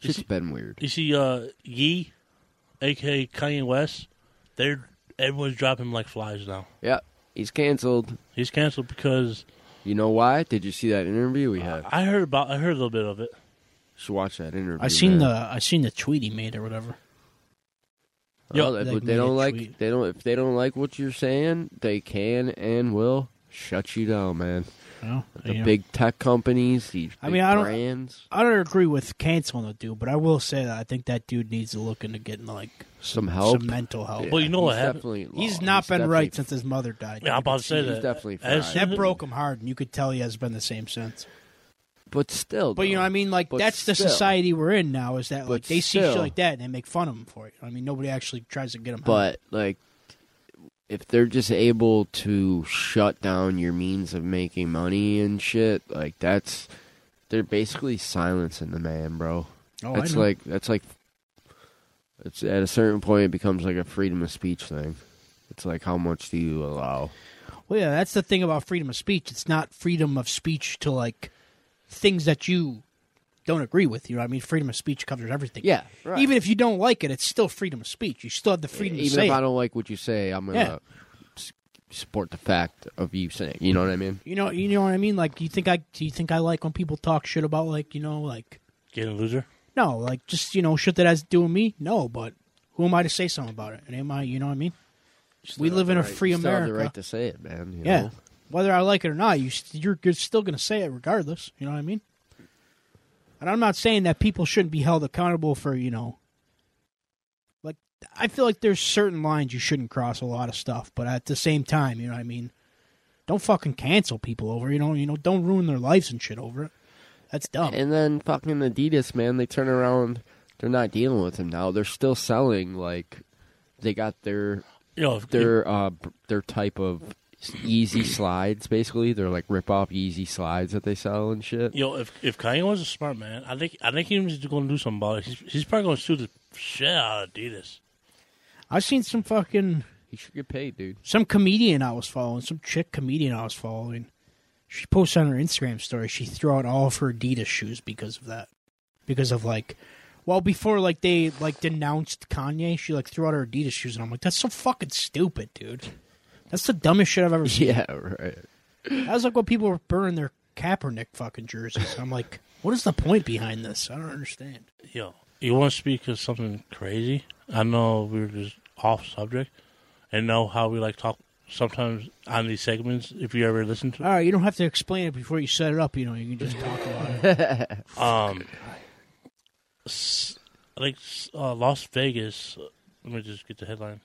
You Shit's see- been weird. You see, uh, Yee, aka Kanye West, they're everyone's dropping him like flies now. Yeah, he's canceled. He's canceled because You know why? Did you see that interview we had? I heard about I heard a little bit of it. should watch that interview. I seen man. the I seen the tweet he made or whatever. Yo, Well, they- they made but Oh, they a don't like tweet. they don't if they don't like what you're saying, they can and will shut you down, man. Well, The you know. big tech companies, these I big mean, I don't- brands, I don't agree with canceling the dude, but I will say that I think that dude needs to look into getting like some help. some mental help. Well, you know what he's happened? definitely lost. He's not been definitely- right since his mother died. Yeah, I'm about to say He's that. definitely As fried. soon that as- broke him hard, and you could tell he has been the same since. But still, But you know, though, I mean, like But that's the still. society we're in now. Is that like But they see shit still. like that and they make fun of him for it? I mean, nobody actually tries to get him. help. But like, if they're just able to shut down your means of making money and shit, like that's they're basically silencing the man, bro. oh, that's I know. like that's like it's at a certain point it becomes like a freedom of speech thing. It's like how much do you allow? Well, yeah, that's the thing about freedom of speech. It's not freedom of speech to like things that you don't agree with. You know, what I mean, freedom of speech covers everything. Yeah, right. Even if you don't like it, it's still freedom of speech. You still have the freedom to Even say if it. I don't like what you say, I'm gonna Yeah. s- support the fact of you saying. You know what I mean? You know, you know what I mean. Like, do you think I do you think I like when people talk shit about like you know like Getting a loser. no like just you know shit that has to do with me? No, but who am I to say something about it? And am I you know what I mean? we live in a free you still have America. the right to say it, man. you yeah, know? whether I like it or not, you st- you're, you're still gonna say it regardless. You know what I mean? And I'm not saying that people shouldn't be held accountable for, you know, like I feel like there's certain lines you shouldn't cross a lot of stuff, but at the same time, you know what I mean? Don't fucking cancel people over, you know, you know, don't ruin their lives and shit over it. That's dumb. And then fucking Adidas, man, they turn around. They're not dealing with him now. They're still selling like they got their You know, if, their uh b- their type of easy slides. Basically, they're like rip off easy slides that they sell and shit. if- you know, if if Kanye was a smart man, I think I think he was going to do something about it. He's, he's probably going to sue the shit out of Adidas. I've seen some fucking He should get paid, dude. <laughs> some comedian I was following, some chick comedian I was following, she posted on her Instagram story she threw out all of her Adidas shoes because of that, because of like, well before like they like denounced Kanye, she like threw out her Adidas shoes and I'm like that's so fucking stupid, dude. That's the dumbest shit I've ever seen. Yeah, right. That was like what people were burning their Kaepernick fucking jerseys. I'm like, what is the point behind this? I don't understand. Yo, you want to speak of something crazy? I know we were just off subject, and know how we like talk sometimes on these segments. If you ever listen to, All right, you don't have to explain it before you set it up. You know, you can just talk about it. it. um, s- like s- uh, Las Vegas. uh, Let me just get the headline.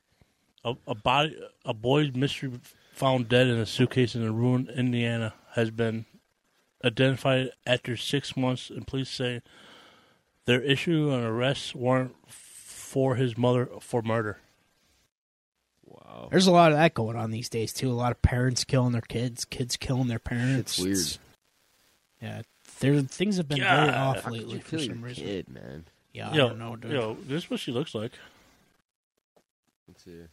A, a body, a boy's mystery found dead in a suitcase in a ruined Indiana has been identified after six months, and police say they're issuing an arrest warrant for his mother for murder. Wow, There's a lot of that going on these days too. A lot of parents killing their kids, kids killing their parents. it's weird. Yeah, there things have been God. very off How could lately you for kill your some reason. kid, man? Yeah, yo, I don't know. Dude. yo, this is what she looks like. Let's see.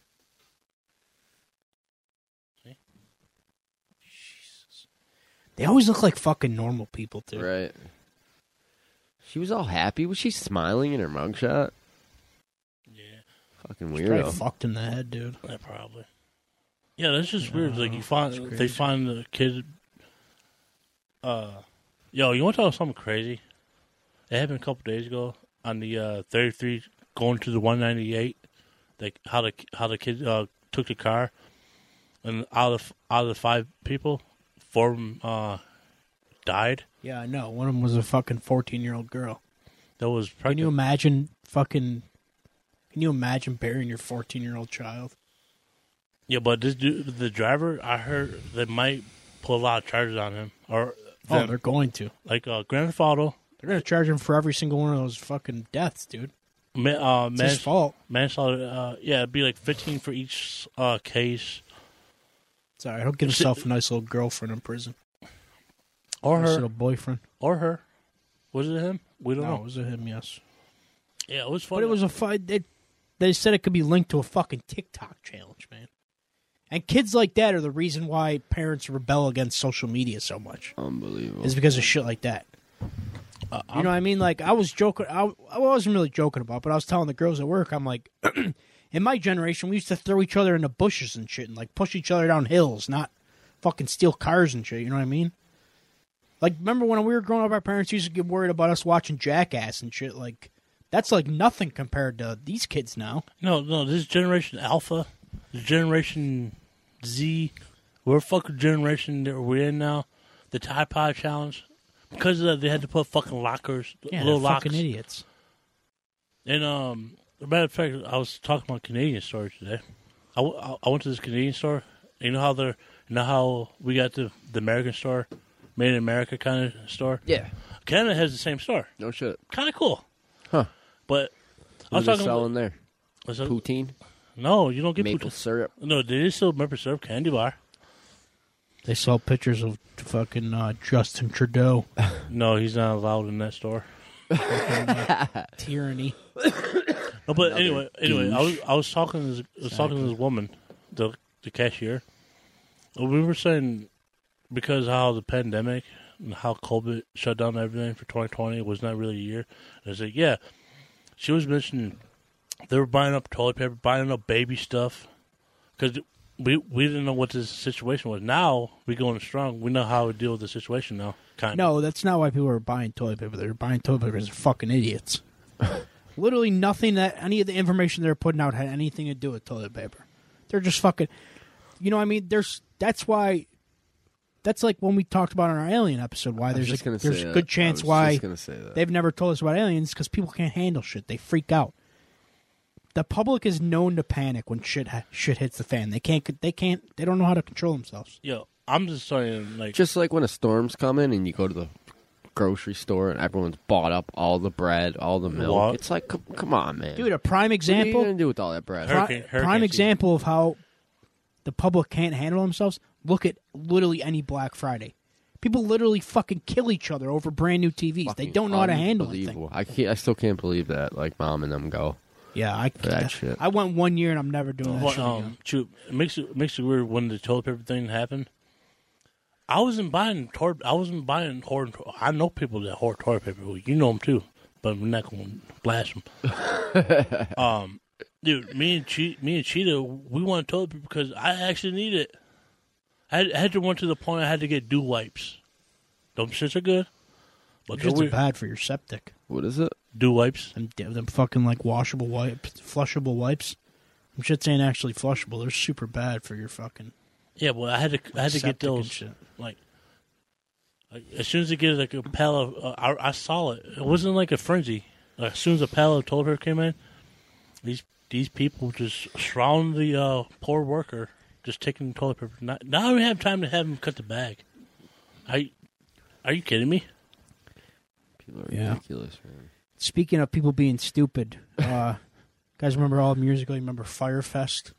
They always look like fucking normal people too. Right. She was all happy. Was she smiling in her mugshot? Yeah, Fucking She's probably weirdo. fucked in the head, dude. that probably. Yeah, that's just weird. Like you Uh-huh. that's find they crazy. find the kid. Uh, yo, you want to tell us something crazy? It happened a couple days ago on the uh, 33 going to the 198. Like how the how the kid uh, took the car, and out of out of the five people, four of 'em, uh, died. Yeah, I know. One of them was a fucking fourteen year old girl. That was Can you pregnant. imagine fucking? Can you imagine burying your fourteen year old child? Yeah, but this dude, the driver, I heard they might pull a lot of charges on him or Oh, them. they're going to. like uh, Grand Theft Auto, They're gonna charge him for every single one of those fucking deaths, dude. ma- uh, It's his mans- fault. manslaughter. Uh, yeah, it'd be like fifteen for each uh, case. Sorry, he'll get himself a nice little girlfriend in prison. Or Nice her, little boyfriend. or her. Was it him? We don't No, it know. was a him, yes. Yeah, it was funny. But it was a fight. They, they said it could be linked to a fucking TikTok challenge, man. And kids like that are the reason why parents rebel against social media so much. Unbelievable. Is because of shit like that. you know what I mean? Like I was joking. I, I wasn't really joking about, it, but I was telling the girls at work. I'm like, <clears throat> in my generation, we used to throw each other into bushes and shit, and like push each other down hills, not fucking steal cars and shit. You know what I mean? Like, remember when we were growing up, our parents used to get worried about us watching Jackass and shit. Like, that's like nothing compared to these kids now. no, no. This is Generation Alpha, this is Generation Z. We're fucking generation that we're in now. The Tide Pod Challenge. Because of that, they had to put fucking lockers, little they're locks. fucking idiots. And um, as a matter of fact, I was talking about Canadian stores today. I, w- I- I went to this Canadian store. You know how they're, you know how we got the the American store, made in America kind of store. Yeah. Canada has the same store. No shit. Kind of cool. Huh. But I What was are they talking selling there? was it- Poutine, no, you don't get maple poutine. syrup. No, they still remember serve candy bar. They saw pictures of fucking uh, Justin Trudeau No, he's not allowed in that store. uh, <laughs> tyranny. No, but anyway, anyway, I was I was talking to this, I was talking to this woman, the the cashier. And We were saying because how the pandemic and how COVID shut down everything for 2020 was not really a year. And I was like, yeah, she was mentioning they were buying up toilet paper, buying up baby stuff because we we didn't know what this situation was. Now we going strong. We know how to deal with the situation now. Kind of. No, that's not why people are buying toilet paper. They're buying toilet paper because they're fucking <laughs> idiots. Literally nothing that any of the information they're putting out had anything to do with toilet paper. They're just fucking. You know, what I mean, there's that's why that's like when we talked about in our alien episode why there's just a gonna say there's a that. good I was chance just why gonna say that. they've never told us about aliens because people can't handle shit. They freak out. The public is known to panic when shit ha- shit hits the fan. They can't they can't they don't know how to control themselves. Yo, I'm just saying, like, Just like when a storm's coming and you go to the grocery store and everyone's bought up all the bread, all the milk. What? It's like, come, come on, man. Dude, a prime what are you gonna example do with all that bread? pri- Hurricane- hurricane prime season. example of how the public can't handle themselves. Look at literally any Black Friday. People literally fucking kill each other over brand new TVs. they Fucking don't know how to handle anything. unbelievable. I can't. I still can't believe that. Like mom and them go. Yeah, I that shit. I went one year and I'm never doing that what, shit again. um, shoot, it makes it makes it weird when the toilet paper thing happened. I wasn't buying tor- I wasn't buying hoard. I know people that hoard toilet paper. You know them too, but I'm not going to blast them. um, <laughs> dude, me and che- me and Cheetah, we wanted toilet paper because I actually need it. I had, I had to went to the point I had to get dew wipes. Them shits are good, but they're Just weird. bad for your septic. What is it? dew wipes. Them, them fucking like washable wipes, flushable wipes. Them shits ain't actually flushable. They're super bad for your fucking. Yeah, well, I had to I had to get Septic and those shit. like, like as soon as it gets like a pallet, of, uh, I, I saw it. It wasn't like a frenzy. Like, as soon as the pallet of told her came in, these these people just surround the uh, poor worker, just taking toilet paper. Not not even have time to have him cut the bag. I are you kidding me? People are Yeah. ridiculous, man. Speaking of people being stupid, uh, <laughs> guys, remember all the musical? You remember Firefest?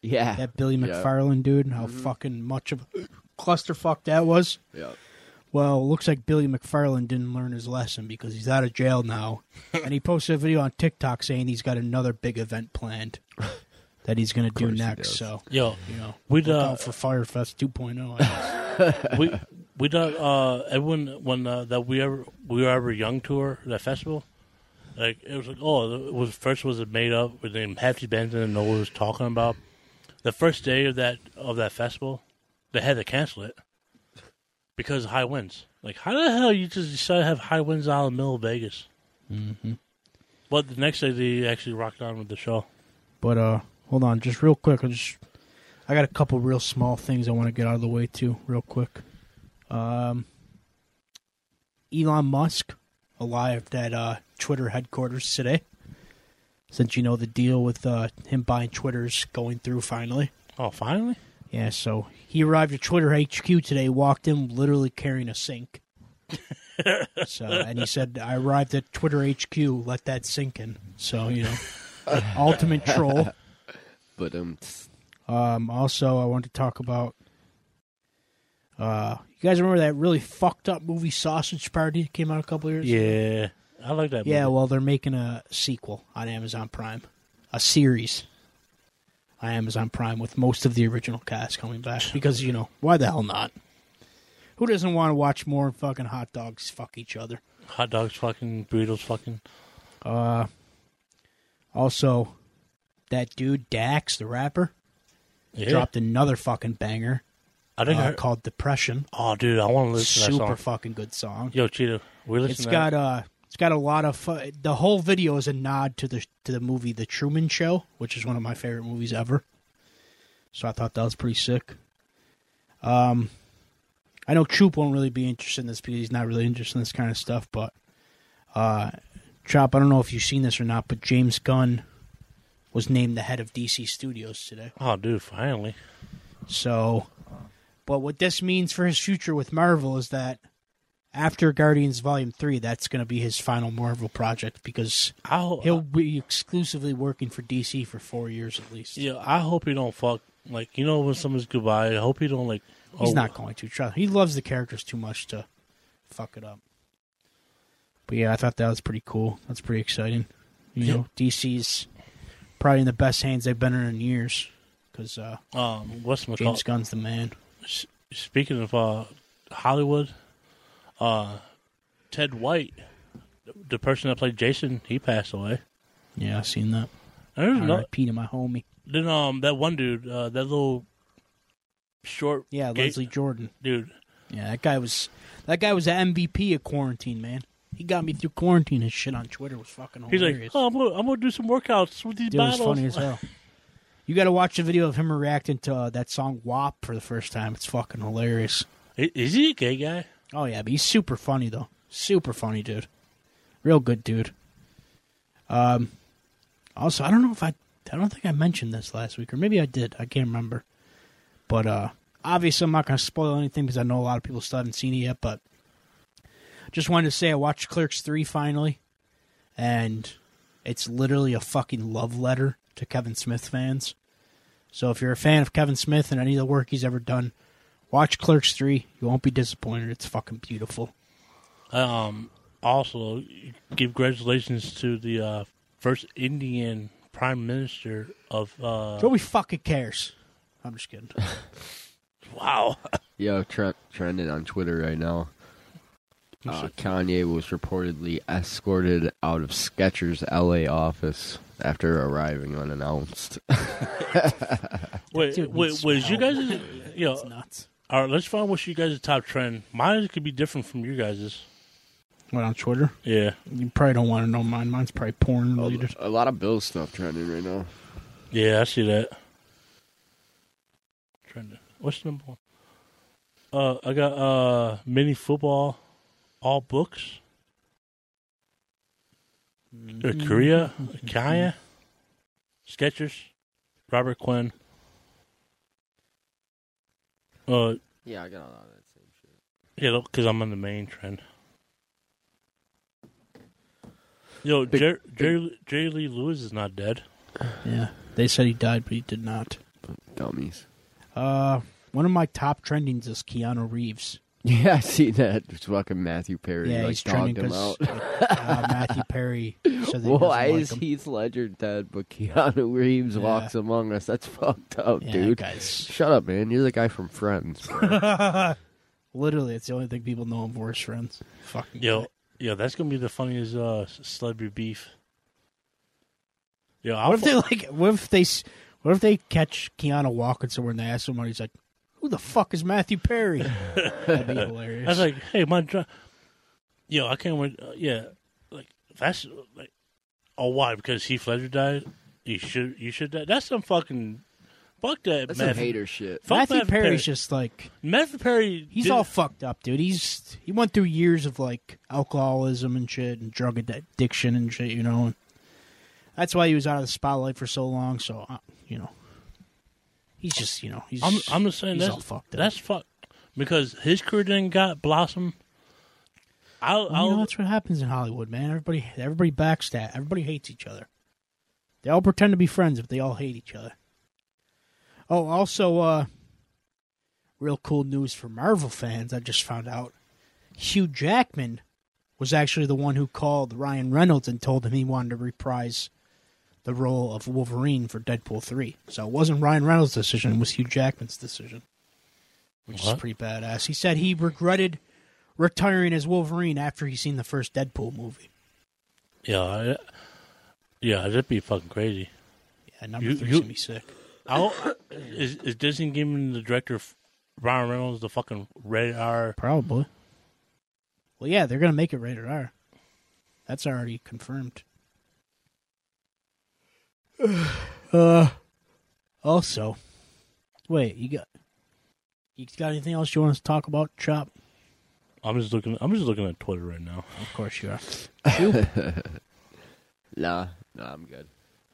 Yeah. That Billy Yeah. Mm-hmm. McFarland dude, and how fucking much of a <clears throat> clusterfuck that was. Yeah. Well, looks like Billy McFarland didn't learn his lesson because he's out of jail <laughs> now. and he posted a video on TikTok saying he's got another big event <laughs> planned that he's going to do course he next. does. So, Yo, you know, We'd, look uh, out for Firefest 2.0. <laughs> I guess. we we done uh everyone when uh, that we ever we were ever young tour that festival. Like it was like oh it was first was it made up with name Hefty Benson and know what it was talking about. The first day of that of that festival, they had to cancel it because of high winds. Like how the hell you just decided to have high winds out in the middle of Vegas? Mm-hmm. But the next day they actually rocked on with the show. But uh, hold on, just real quick. I just I got a couple real small things I want to get out of the way too, real quick. Um, Elon Musk arrived at uh, Twitter headquarters today. Since you know the deal with uh, him buying Twitter's going through finally. Oh, finally! Yeah, so he arrived at Twitter HQ today, walked in literally carrying a sink. so and he said, I arrived at Twitter HQ, let that sink in. So, you know. ultimate troll. But um, Um, also, I want to talk about. Uh, you guys remember that really fucked up movie Sausage Party that came out a couple years? ago? Yeah, I like that. Yeah. movie. Well, they're making a sequel on Amazon Prime, a series on Amazon Prime with most of the original cast coming back because you know why the hell not? Who doesn't want to watch more fucking hot dogs fuck each other? hot dogs, fucking burritos, fucking. Also, that dude Dax, the rapper, Yeah. dropped another fucking banger I think I uh, heard- called "Depression." Oh, dude, I want to listen to that super song. fucking good song. Yo, Cheetah, we listen It's to got that. uh it's got a lot of fu- the whole video is a nod to the to the movie The Truman Show, which is one of my favorite movies ever. So I thought that was pretty sick. Um I know Troop won't really be interested in this because he's not really interested in this kind of stuff, but uh Chop, I don't know if you've seen this or not, but James Gunn was named the head of DC Studios today. Oh, dude, finally. So, but what this means for his future with Marvel is that after Guardians Volume 3, that's going to be his final Marvel project because I hope. he'll be exclusively working for DC for four years at least. yeah, I hope he don't fuck. Like you know when someone's goodbye, I hope he don't like. He's oh, not going to. Trust. He loves the characters too much to fuck it up. But yeah, I thought that was pretty cool. That's pretty exciting. You Yeah. know, DC's probably in the best hands they've been in in years because uh, Um, what's my James Gunn's the man. S- speaking of uh, Hollywood, uh, Ted White, the person that played Jason, he passed away. Yeah, I seen that. I don't know. R.I.P. to my homie. Then um, that one dude, uh, that little short, Yeah, gay- Leslie Jordan. dude. Yeah, that guy was that guy was the MVP of quarantine, man. He got me through quarantine. His shit on Twitter was fucking He's hilarious. like, oh, I'm gonna, I'm gonna do some workouts with these Dude, it was battles. funny as hell. You got to watch the video of him reacting to uh, that song "WAP" for the first time. It's fucking hilarious. I- <laughs> Is he a gay guy? Oh yeah, but he's super funny though. Super funny dude. Real good dude. Um also I don't know if I I don't think I mentioned this last week or maybe I did. I can't remember. But uh obviously I'm not going to spoil anything because I know a lot of people still haven't seen it yet, but just wanted to say I watched Clerks 3 finally and it's literally a fucking love letter to Kevin Smith fans. So if you're a fan of Kevin Smith and any of the work he's ever done, Watch Clerks 3. You won't be disappointed. It's fucking beautiful. Um, also, give congratulations to the uh, first Indian Prime Minister of. Uh, Nobody fucking cares. I'm just kidding. wow. <laughs> Yo, tre- trending on Twitter right now. Uh, Kanye was reportedly escorted out of Skechers' LA office after <laughs> arriving unannounced. Wait, Dude, wait, it's- was you guys? You It's know, nuts. all right. Let's find what's you guys' top trend. Mine could be different from your guys's. Went on Twitter. Yeah, You probably don't want to know mine. Mine's probably porn Oh, related. a lot of Bill stuff trending right now. yeah, I see that. Trend. What's number one? Uh, I got uh mini football, all books. Uh, Korea, Kaya, Skechers, Robert Quinn. Uh, Yeah, I got a lot of that same shit. yeah, because I'm on the main trend. Yo, Big- Jer- Jerry, Jerry Lee Lewis is not dead. Yeah. They said he died, but he did not. Dummies. <laughs> Uh, one of my top trendings is Keanu Reeves. Yeah, I see that. It's fucking Matthew Perry. yeah, like, he's trending dogged him <laughs> because out. uh, Matthew <laughs> Perry said that he Why doesn't like is him. Heath Ledger dead, but Keanu Reeves Yeah. walks among us? That's <laughs> fucked up, Yeah, dude. guys. Shut up, man. You're the guy from Friends. bro. Literally, it's the only thing people know him for is friends. Fucking Yo, guy. yo, that's gonna be the funniest uh s- celebrity beef. Yo, I What if they like? What if they? s- What if they catch Keanu walking somewhere and they ask him, and he's like, "Who the fuck is Matthew <laughs> Perry?" That'd be hilarious. I was like, hey, my dr- yo, I can't wait. Uh, yeah, like that's like, oh, why? Because Heath Ledger died. You should, you should. Die. That's some fucking fuck that. That's some Matthew, hater <laughs> shit. Fuck Matthew Matthew Perry's Perry. just like Matthew Perry. he's did- all fucked up, dude. He's he went through years of like alcoholism and shit and drug addiction and shit, you know. And that's why he was out of the spotlight for so long. So uh, you know, he's just you know he's I'm, I'm just saying he's that's all fucked up. That's fuck because his career didn't got blossom. I'll, you know I'll that's what happens in Hollywood, man. Everybody, everybody backstab. Everybody hates each other. They all pretend to be friends, but they all hate each other. Oh, also, uh, real cool news for Marvel fans. I just found out Hugh Jackman was actually the one who called Ryan Reynolds and told him he wanted to reprise the role of Wolverine for Deadpool three. So it wasn't Ryan Reynolds' decision; it was Hugh Jackman's decision, which is What? pretty badass. He said he regretted retiring as Wolverine after he's seen the first Deadpool movie. yeah, I, yeah, that'd be fucking crazy. Yeah, number You- three's you- gonna be sick. I'll, <coughs> is, is Disney giving the director Ryan Reynolds the fucking red R? Probably. Well, yeah, they're gonna make it rated R. That's already confirmed. <sighs> uh, also, wait, you got you got anything else you want us to talk about? Chop, I'm just looking. I'm just looking at Twitter right now. of course you are. <laughs> Nah, nah, I'm good.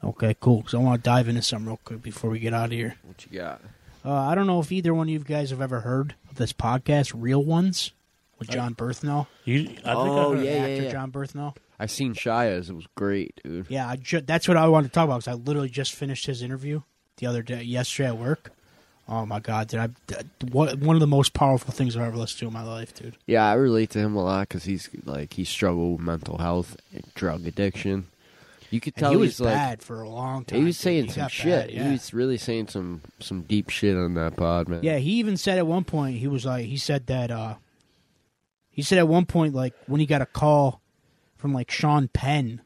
Okay, cool. Because I want to dive into something real quick before we get out of here. What you got? Uh, I don't know if either one of you guys have ever heard of this podcast, Real Ones, with John Berthnell. You, I think Oh, I heard, yeah. actor John Berthnell. I seen Shia's. It was great, dude. Yeah, I ju- that's what I wanted to talk about because I literally just finished his interview the other day, yesterday at work. Oh my god, did I? that- What one of the most powerful things I've ever listened to in my life, dude. Yeah, I relate to him a lot because he's like he struggled with mental health, and drug addiction. You could And tell he was he's like bad for a long time. he was dude. saying He some got shit. bad, yeah. He was really saying some some deep shit on that pod, man. Yeah, he even said at one point he was like he said that uh he said at one point like when he got a call from like Sean Penn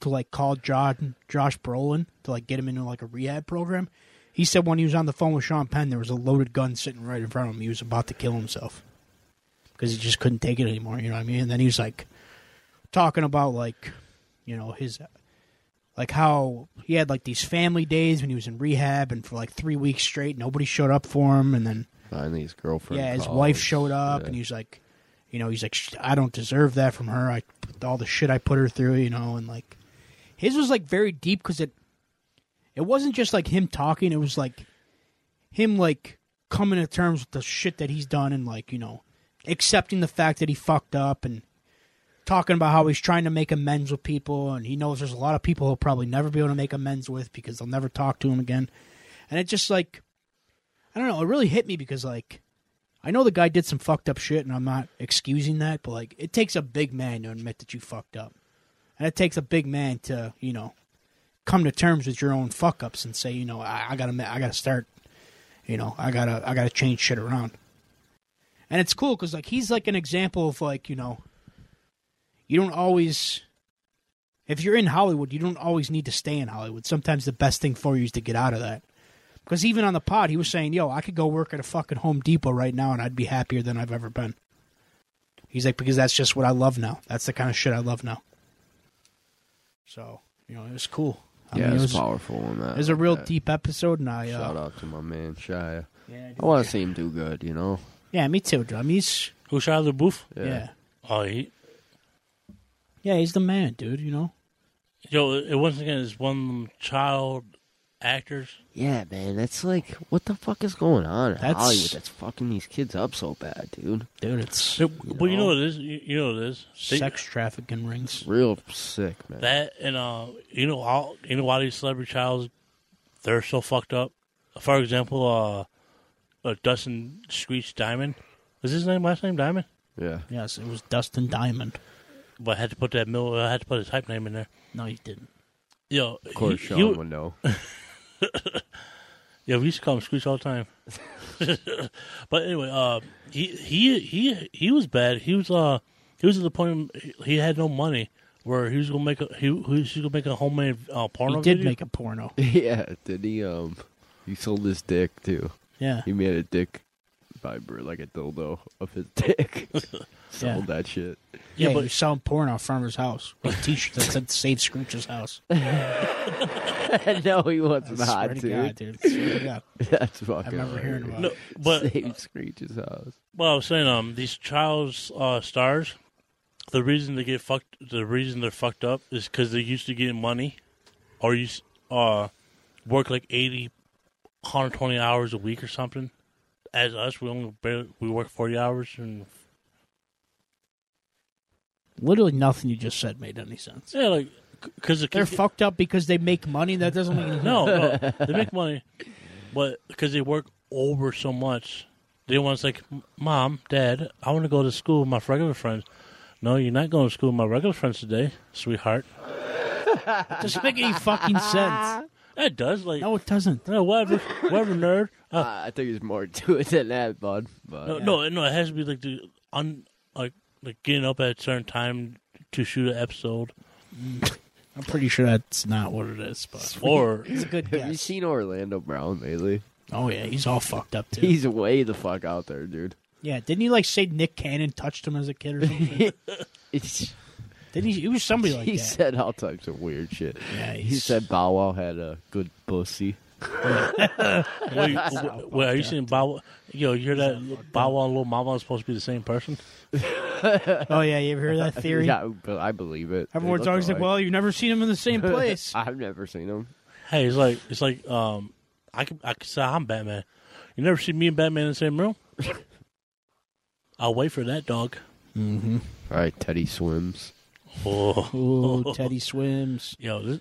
to like call John Josh Brolin to like get him into like a rehab program. He said when he was on the phone with Sean Penn there was a loaded gun sitting right in front of him. He was about to kill himself. Cuz he just couldn't take it anymore, you know what I mean? And then he was like talking about like you know his like how he had like these family days when he was in rehab and for like three weeks straight nobody showed up for him and then Finally, his girlfriend. yeah, his calls. wife showed up, Yeah. and he's like, you know, he's like, "Sh- I don't deserve that from her. I all the shit I put her through, you know, and like, his was like very deep because it, it wasn't just like him talking. It was like, him like coming to terms with the shit that he's done, and like, you know, accepting the fact that he fucked up, and talking about how he's trying to make amends with people, and he knows there's a lot of people he'll probably never be able to make amends with because they'll never talk to him again, and it just like. I don't know. It really hit me because, like, I know the guy did some fucked up shit, and I'm not excusing that, but like, it takes a big man to admit that you fucked up, and it takes a big man to you know come to terms with your own fuck ups and say, you know, I, I gotta, ma- I gotta start, you know, I gotta, I gotta change shit around. And it's cool because like he's like an example of like you know, you don't always. If you're in Hollywood, you don't always need to stay in Hollywood. Sometimes the best thing for you is to get out of that. Because even on the pod, he was saying, "Yo, I could go work at a fucking Home Depot right now, and I'd be happier than I've ever been." He's like, "Because that's just what I love now. That's the kind of shit I love now." So you know, it was cool. I yeah, mean, it it's was, powerful. On that. it was a real deep episode, and I uh, Shout out to my man Shia. Yeah, I want to see him do good. You know. yeah, me too. Dude. I mean, he's Who shot the booth? yeah. yeah, Oh, he, he's the man, dude. You know, yo, it once again is one of them child actors. Yeah, man, that's like, what the fuck is going on in That's- Hollywood? That's fucking these kids up so bad, dude. dude, it's Well, you know what it is. You, you know what it is. They- sex trafficking rings. Real sick, man. That and uh, you know all you know why these celebrity childs they're so fucked up. For example, uh, uh Dustin Screech Diamond was his name last name Diamond, yeah. Yes, it was Dustin Diamond. but I had to put that middle. I had to put his hype name in there. No, he didn't. Yo, Of course, he, Sean he- would know. <laughs> Yeah, we used to call him Screech all the time. <laughs> but anyway, uh, he he he he was bad. He was uh he was at the point he had no money where he was gonna make a he, he was gonna make a homemade uh, porno. He did video. make a porno. yeah, did he, um, he sold his dick, too. Yeah, He made a dick vibra, like a dildo of his <laughs> dick. yeah. Sold that shit. Yeah, Yeah, but but- he was selling porn off Farmer's house with a T-shirt that said "Save Scrooge's house." <laughs> no, he was I not, swear to God, dude. dude. I swear to God. <laughs> That's I fucking remember hearing about no, it. <laughs> but Saved Screech's house. Well, I was saying, um, these child uh, stars, the reason they get fucked, the reason they're fucked up is because they're used to getting money, or you uh, work like 80, 120 hours a week or something. As us, we only barely, we work forty hours, and Literally nothing you just said made any sense. yeah, like because the They're kids, fucked up because they make money. That doesn't <laughs> mean no, no, they <laughs> make money, but because they work over so much, they want to like, mom, dad, I want to go to school with my regular friends. No, you're not going to school with my regular friends today, sweetheart. doesn't make any fucking sense. That does like No, it doesn't. No, whatever, <laughs> whatever, nerd. Uh, I think there's more <laughs> to it than that, bud. Ah, But no, no, no, it has to be like the un, like like getting up at a certain time to shoot <laughs> an episode, I'm pretty sure that's not what it is. But or it's a good have you guess. seen Orlando Brown lately? Oh yeah, he's all fucked up too. He's way the fuck out there, dude. <laughs> Yeah, didn't he like say Nick Cannon touched him as a kid or something? It's, didn't he? It was somebody like <laughs> he that. said all types of weird shit. Yeah, He he's- said Bow Wow had a good pussy. wait, wait, wait, are you seeing Bow? Wow- Yo, you hear that? Bow Wow and Little Mama is supposed to be the same person. <laughs> Oh yeah, you ever heard that theory? <laughs> Yeah, but I believe it. They Everyone's look always like, alike. "Well, you've never seen him in the <laughs> same place." I've never seen him. Hey, it's like it's like um, I can I can say I'm Batman. You never see me and Batman in the same room. I'll wait for that dog. All right, Teddy swims. Oh, <laughs> Ooh, Teddy swims. yo, this,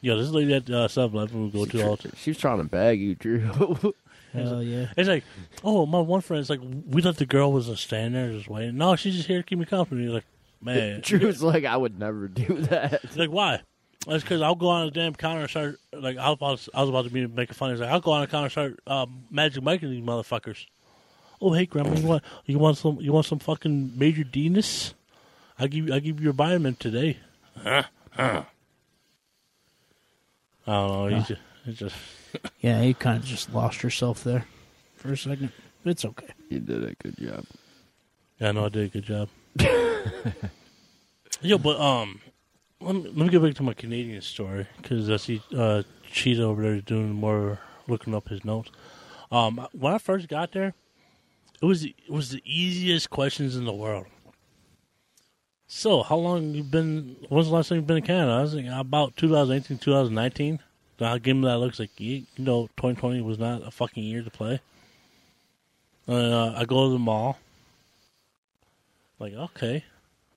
yo, this lady at uh, Seven Eleven we go to all the time. She was trying to bag you, Drew. <laughs> Hell yeah. It's like, oh, my one friend's like, we thought the girl was just standing there just waiting. No, she's just here to keep me company. Like, <laughs> man. Drew's like, I would never do that. He's like, why? That's because I'll go on the damn counter and start, like, I was, I was about to be making fun. He's like, I'll go on the counter and start uh, magic making these motherfuckers. Oh, hey, Grandma, you want, you want some, you want some fucking Major Denis? I'll give you, I'll give you your vitamin today. I don't know. He's just, he's just, Yeah, you kind of just lost yourself there for a second. But it's okay. You did a good job. Yeah, no, I did a good job. Yo, but um, let me, let me get back to my Canadian story because I see uh, Cheetah over there doing more looking up his notes. Um, when I first got there, It was it was the easiest questions in the world. So, how long you been? When's the last time you've been in Canada? I was like, about 2018, 2019. Now, I give him that looks like you you know, 2020 was not a fucking year to play. And, uh, I go to the mall. Like, okay,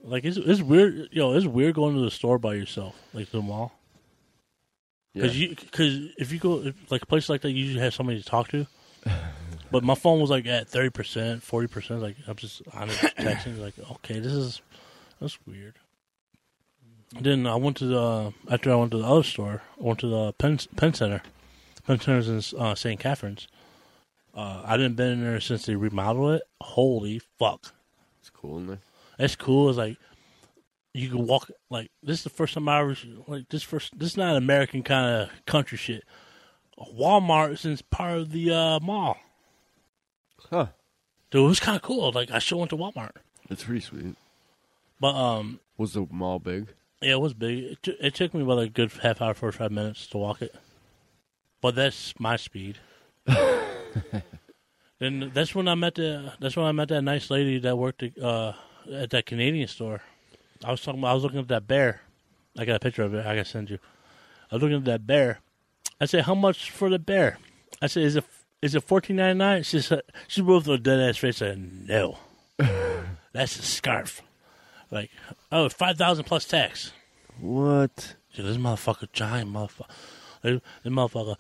like it's it's weird. Yo, it's weird going to the store by yourself, like to the mall. Because you, because if you go if, like a place like that, you usually have somebody to talk to. But my phone was like at thirty percent, forty percent. Like I'm just on it texting. Like okay, this is that's weird. Then I went to the after I went to the other store. I went to the Penn Penn Center. Penn Center's in uh, St. Catharines. Uh, I didn't been in there since they remodeled it. Holy fuck! It's cool in there. That's cool. It's like you can walk like this is the first time I ever like this first this is not American kind of country shit. Walmart since part of the uh, mall. Huh. Dude, it was kinda cool. Like I still went to Walmart. That's pretty sweet. But um Was the mall big? yeah, it was big. It, t- it took me about a good half hour, forty five minutes to walk it. But that's my speed. Then that's when I met the that's when I met that nice lady that worked at, uh, at that Canadian store. I was talking about, I was looking at that bear. I got a picture of it. I gotta send you. I was looking at that bear. I said, "How much for the bear?" I said, "Is it is it fourteen ninety nine? She said, "She broke with a dead ass face." I said, "No, that's a scarf." Like, oh, five thousand plus tax. What? Dude, this motherfucker, giant motherfucker. This motherfucker.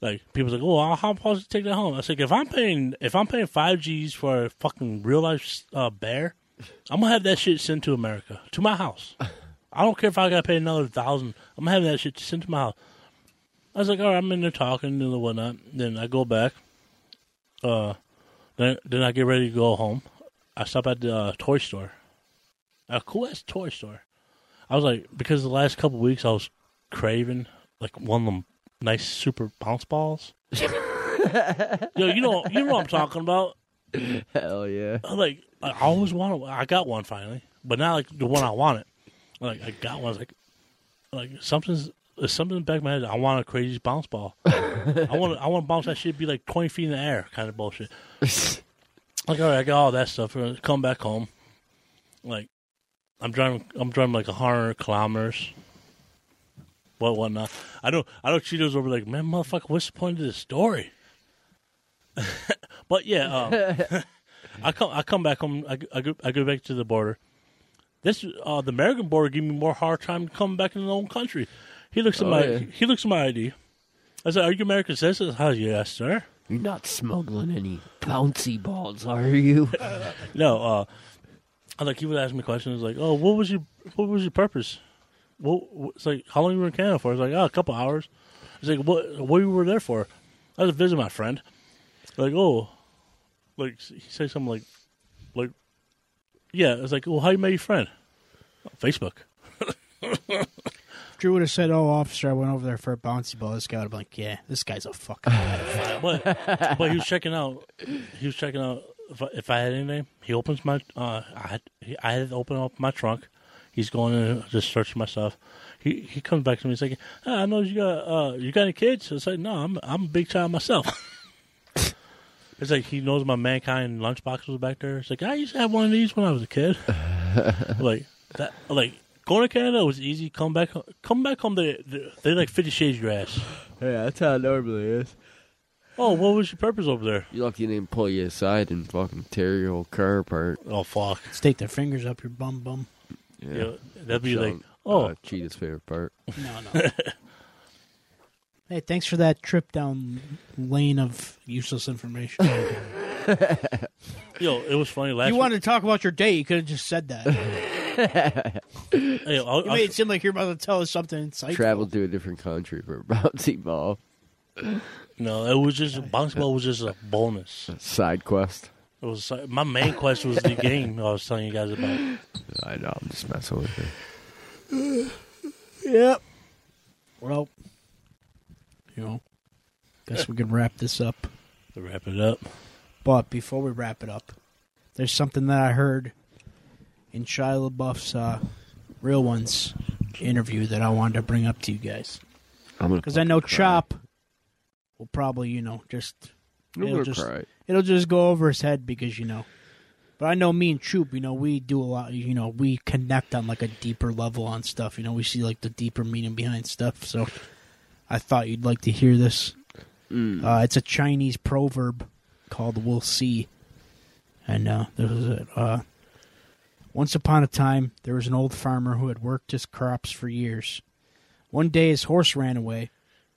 Like people's like, oh, how supposed to take that home? I was like, if I'm paying, if I'm paying five G's for a fucking real life uh, bear, I'm gonna have that shit sent to America, to my house. I don't care if I gotta pay another thousand. I'm gonna have that shit sent to my house. I was like, all right, I'm in there talking and whatnot. Then I go back. Uh, then then I get ready to go home. I stop at the uh, toy store, a cool ass toy store. I was like, because the last couple weeks I was craving like one of them nice super bounce balls. Yo, you know, you know what I'm talking about. Hell yeah. I like, I always wanted. I got one finally, but not like the one I wanted. Like, I got one. I was like, like something's there's something in the back of my head. I want a crazy bounce ball. I want, I want to bounce that shit. Be like 20 feet in the air, kind of bullshit. Like, all right, I got all that stuff. uh, Come back home. Like, I'm driving. I'm driving like hundred kilometers. What whatnot. I don't. I don't. Cheetos over like man, motherfucker. What's the point of this story? <laughs> but yeah, um, <laughs> I come. I come back home. I, go- I go. I go back to the border. This uh, the American border gave me more hard time coming back in the own country. He looks at Oh, my. yeah. He looks at my ID. I said, "Are you American citizen?" Oh, yes, sir. You're not smuggling any bouncy balls, are <laughs> you? No, uh, I like he would ask me questions like, "Oh, what was your what was your purpose? What wh- it's like? How long you were in Canada for?" I was like, "Oh, a couple hours." He's like, "What what you were there for?" I was to visit my friend. Like, oh, like he said something like, like, yeah. I was like, "Well, how you met your friend?" Facebook. Drew would have said, "Oh, officer, I went over there for a bouncy ball." This guy would have been like, "Yeah, this guy's a fucking." <laughs> pedophile." but but he was checking out. He was checking out if I, if I had anything. He opens my. Uh, I had, he, I had to open up my trunk. He's going in just searching my stuff. He he comes back to me. He's like, "Hey, I know you got uh, you got any kids? I was like, No, I'm I'm a big child myself. it's like he knows my mankind lunchbox was back there. It's like I used to have one of these when I was a kid. like that like. Going to Canada was easy. Come back, come back home. They they, they like fifty shades your ass. yeah, that's how it normally is. Oh, what was your purpose over there? You're lucky they didn't pull you aside and fucking tear your whole car apart. Oh fuck. Stick their fingers up your bum bum. Yeah. Yeah, that'd be like, Showing, oh, uh, Cheetah's favorite part. No, <laughs> no. hey, thanks for that trip down lane of useless information. yo, it was funny last. you wanted to talk about your date. You could have just said that. You week, yo, I, I, made it seem like you're about to tell us something insightful. Traveled to a different country for a bouncy ball. no, it was just bounce ball was just a bonus. Side quest. It was like- my main quest was the game I was telling you guys about. I know, I'm just messing with you. Yep. Well, you know, guess we can wrap this up. To wrap it up, But before we wrap it up, there's something that I heard in Shia LaBeouf's uh, Real Ones interview that I wanted to bring up to you guys. I'm gonna Because I know fucking cry. Chop will probably, you know, just I'm it'll gonna just cry. it'll just go over his head because you know. But I know me and Troop, you know, we do a lot. You know, we connect on like a deeper level on stuff. You know, we see like the deeper meaning behind stuff. So, I thought you'd like to hear this. Uh, it's a Chinese proverb called "We'll see," and uh, this is it. Uh, Once upon a time, there was an old farmer who had worked his crops for years. One day, his horse ran away.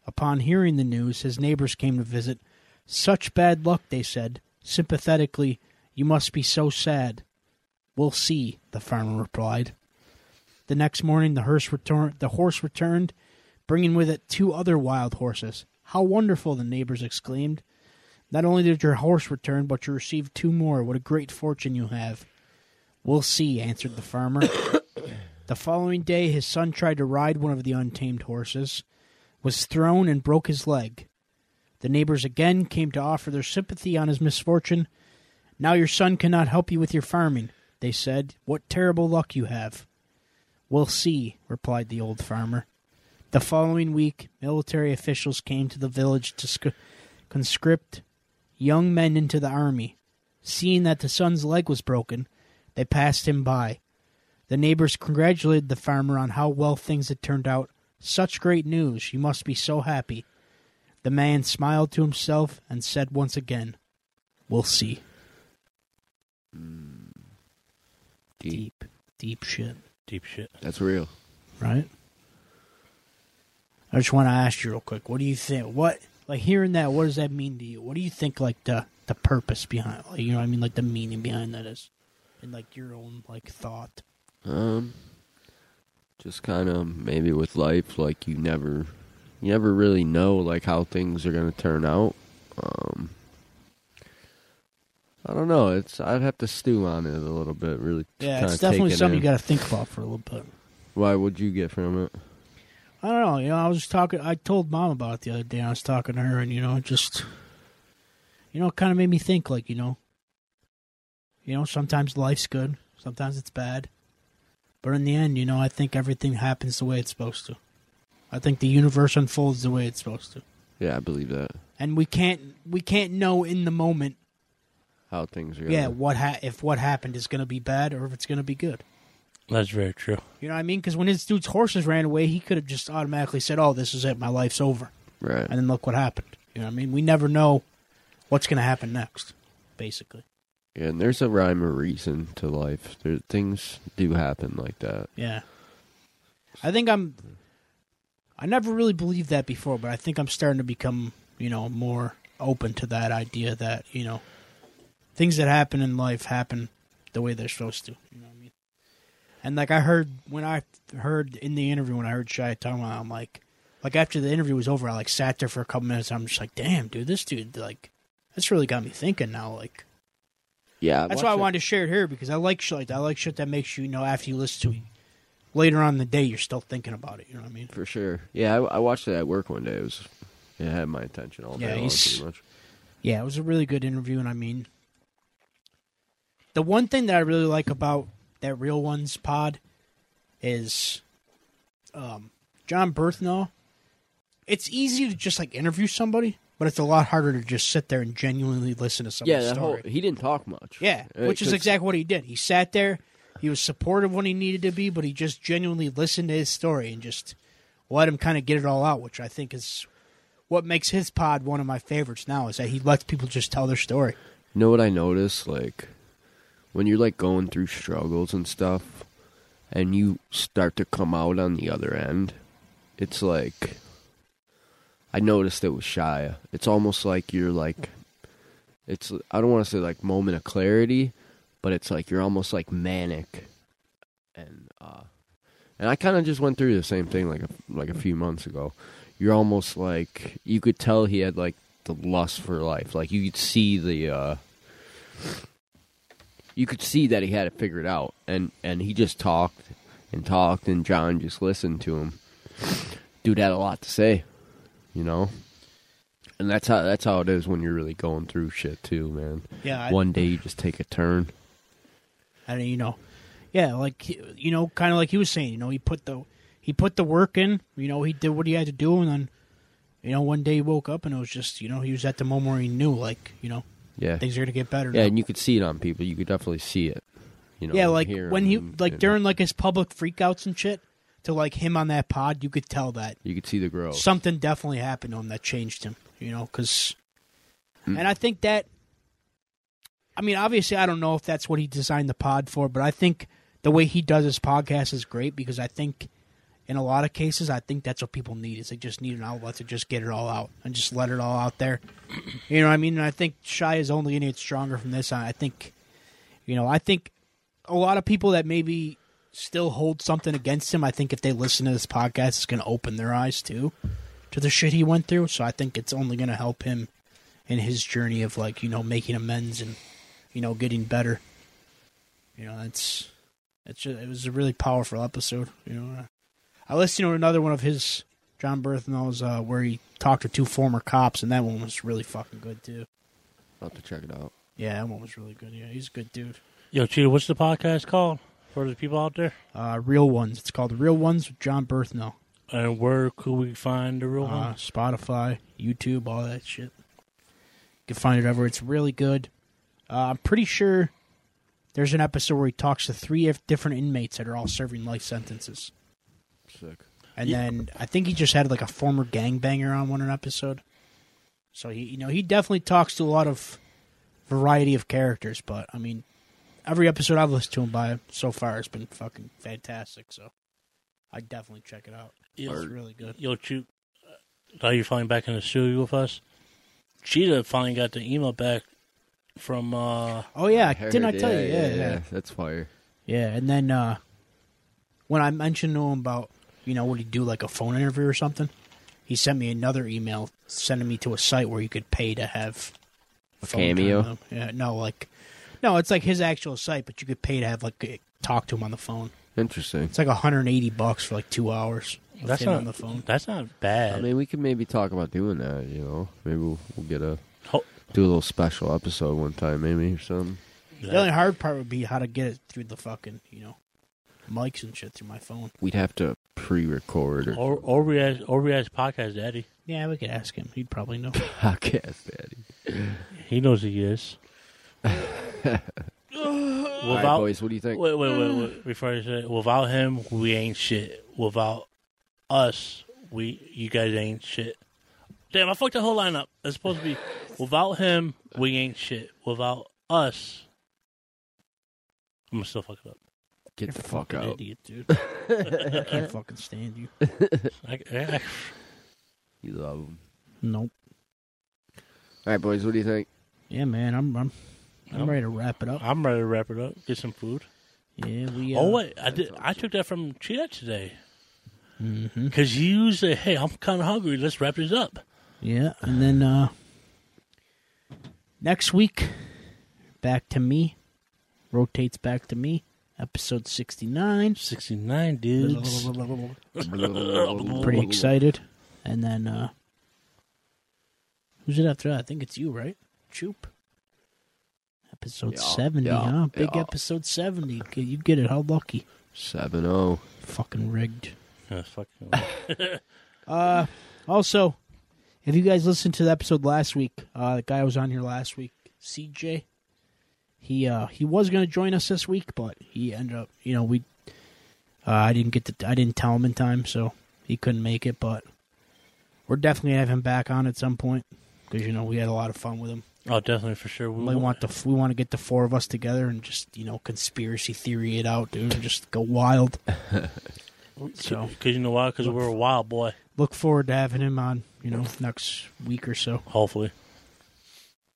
Upon hearing the news, his neighbors came to visit. Such bad luck, they said. Sympathetically, you must be so sad. We'll see, the farmer replied. The next morning, the hearse return- the horse returned, bringing with it two other wild horses. How wonderful, the neighbors exclaimed. Not only did your horse return, but you received two more. What a great fortune you have. We'll see, answered the farmer. <coughs> the following day, his son tried to ride one of the untamed horses, was thrown, and broke his leg. The neighbors again came to offer their sympathy on his misfortune. Now your son cannot help you with your farming, they said. What terrible luck you have. We'll see, replied the old farmer. The following week, military officials came to the village to sc- conscript young men into the army. Seeing that the son's leg was broken, they passed him by. The neighbors congratulated the farmer on how well things had turned out. Such great news! You must be so happy. The man smiled to himself and said once again, We'll see. Deep. Deep, deep shit, Deep shit. That's real. right? I just want to ask you real quick, what do you think? What, like, hearing that, what does that mean to you? What do you think, like, the, the purpose behind, like, you know what I mean? Like, the meaning behind that is, and, like, your own, like, thought. Um, just kind of maybe with life, like you never, you never really know like how things are gonna turn out. Um, I don't know. It's I'd have to stew on it a little bit. Really, Yeah, kinda it's definitely take it something in. you got to think about for a little bit. Why would you get from it? I don't know. You know, I was just talking. I told mom about it the other day. and I was talking to her, and you know, it just you know, it kind of made me think. Like you know, you know, sometimes life's good, sometimes it's bad, but in the end, you know, I think everything happens the way it's supposed to. I think the universe unfolds the way it's supposed to, Yeah, I believe that and we can't we can't know in the moment. how things are. Yeah, gonna, what ha- if what happened is going to be bad or if it's going to be good. That's very true. You know what I mean? Because when his dude's horses ran away, he could have just automatically said, "Oh, this is it. My life's over." right. and then look what happened. You know what I mean? We never know what's going to happen next, basically. Yeah, and there's a rhyme or reason to life. There, things do happen like that. Yeah. I think I'm. I never really believed that before, but I think I'm starting to become, you know, more open to that idea that, you know, things that happen in life happen the way they're supposed to. You know what I mean? And like I heard when I heard in the interview when I heard Shia talking about, it, I'm like, like after the interview was over, I like sat there for a couple minutes. I'm just like, damn, dude, this dude, like, that's really got me thinking now. Like, Yeah, That's why I wanted to share it here because I like shit like that. I like shit that makes you, you know after you listen to it later on in the day you're still thinking about it. You know what I mean? for sure. Yeah, I, I watched it at work one day. It was it had my attention all day Yeah, long, he's- pretty much. Yeah, it was a really good interview, and I mean, the one thing that I really like about that Real Ones pod is, um, John Berthnall. It's easy to just like interview somebody, but it's a lot harder to just sit there and genuinely listen to Yeah, somebody's that whole, story. he didn't talk much. Yeah, Uh, which is 'cause- exactly what he did. He sat there, he was supportive when he needed to be, but he just genuinely listened to his story and just let him kind of get it all out, which I think is what makes his pod one of my favorites now is that he lets people just tell their story. You know what I noticed? Like when you're like going through struggles and stuff, and you start to come out on the other end, it's like I noticed it was Shia. It's almost like you're like it's I don't want to say like moment of clarity, but it's like you're almost like manic, and uh, and I kind of just went through the same thing like a, like a few months ago. You're almost like you could tell he had like the lust for life. Like you could see the uh, you could see that he had it figured out, and and he just talked and talked, and John just listened to him. Dude had a lot to say, you know. And that's how that's how it is when you're really going through shit too, man. Yeah, I- One day you just take a turn. and you know, yeah, like he- you know, kind of like he was saying, you know, he put the he put the work in, you know, he did what he had to do, and then you know, one day he woke up and it was just, you know, he was at the moment where he knew, like, you know, Yeah. things are gonna get better. Yeah, now. and you could see it on people. You could definitely see it. You know, yeah, and like hear when he, him, like and during like his public freakouts and shit, to like him on that pod, you could tell that you could see the growth. something definitely happened to him that changed him. You know, because, and I think that, I mean, obviously, I don't know if that's what he designed the pod for, but I think the way he does his podcast is great because I think, in a lot of cases, I think that's what people need is they just need an outlet to just get it all out and just let it all out there. You know what I mean? And I think Shy is only going to get stronger from this. I I think, you know, I think a lot of people that maybe still hold something against him, I think if they listen to this podcast, it's going to open their eyes too to the shit he went through. So I think it's only going to help him in his journey of like you know making amends and you know getting better. You know, that's it's just, it was a really powerful episode. You know, I listened to another one of his John Berthnall's uh, where he talked to two former cops, and that one was really fucking good too. I'll have to check it out. Yeah, that one was really good. Yeah, he's a good dude. Yo, Cheetah, what's the podcast called for the people out there? Uh, Real Ones. It's called Real Ones with John Berthnall. And where could we find the real uh, one? Spotify, YouTube, all that shit. You can find it everywhere. It's really good. Uh, I'm pretty sure there's an episode where he talks to three if- different inmates that are all serving life sentences. Sick. And then I think he just had like a former gangbanger on one episode. So he, you know, he definitely talks to a lot of variety of characters. But I mean, every episode I've listened to him by so far has been fucking fantastic. So I definitely check it out. It's really good. Yo, Cheetah, now you're finally back in the studio with us. Cheetah finally got the email back from uh Oh yeah, didn't I tell you? yeah. yeah. That's fire. Yeah, and then uh, when I mentioned to him about, you know, would he do like a phone interview or something, he sent me another email sending me to a site where you could pay to have a cameo? Yeah, no, like, no, it's like his actual site, but you could pay to have like eh, talk to him on the phone. Interesting. It's like 180 bucks for like two hours. with that's him not on the phone. That's not bad. I mean, we could maybe talk about doing that. You know, maybe we'll, we'll get a Ho- do a little special episode one time, maybe or something. The only hard part would be how to get it through the fucking, you know, mics and shit through my phone. We'd have to pre-record <laughs> or or or we ask or we ask podcast daddy. Yeah, we could ask him. He'd probably know. podcast, Daddy. He knows he <laughs> is. All right, without boys, what do you think? wait, wait, wait, wait. Before I say, it, without him, we ain't shit. Without us, we you guys ain't shit. Damn, I fucked the whole line up. It's supposed to be without him, we ain't shit. Without us, I'm gonna still fuck it up. Get the fuck out. Idiot, dude. <laughs> I can't fucking stand you. I, I, You love 'em. Nope. All right, boys, what do you think? <laughs> Yeah, man, I'm I'm I'm Nope. ready to wrap it up. I'm ready to wrap it up. Get some food. Yeah, we. Uh, Oh wait, I did. I took that from Cheetah today hmm because you said, "Hey, I'm kind of hungry. Let's wrap this up." Yeah, and then uh next week, back to me, rotates back to me, episode sixty nine. Sixty nine dudes. <laughs> Pretty excited, and then uh who's it after that? I think it's you, right? Choop. Episode Yeah, seventy, yeah, huh? Big yeah. episode seventy. G- You get it? How lucky? Seven oh. zero. Fucking rigged. Yeah, fucking. Uh, also, if you guys listened to the episode last week, uh, the guy who was on here last week, CJ. He uh he was gonna join us this week, but he ended up you know we, uh, I didn't get to I didn't tell him in time, so he couldn't make it. But we're definitely gonna have him back on at some point because you know we had a lot of fun with him. Oh, definitely for sure. We We want the f- we want to get the four of us together and just you know conspiracy theory it out, dude, and just go wild. so. because you know why? Because we're a wild boy. Look forward to having him on you know next week or so. Hopefully,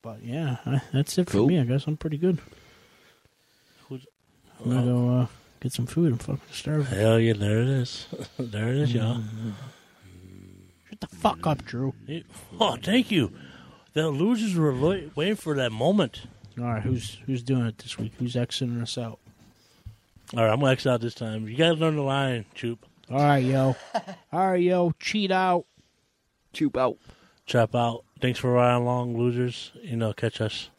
But yeah, I, that's it for Cool. me. I guess I'm pretty good. Who's- I'm gonna go uh, get some food. I'm fucking starving. hell yeah, there it is. <laughs> there it is, y'all. Mm. Shut the fuck up, Drew. Oh, thank you. The losers were lo- waiting for that moment. All right, who's who's doing it this week? Who's exiting us out? All right, I'm gonna X out this time. You gotta learn the line, Choop. All right, yo. All right, yo. Cheat out. Choop out. Chop out. Thanks for riding along, losers. You know, catch us.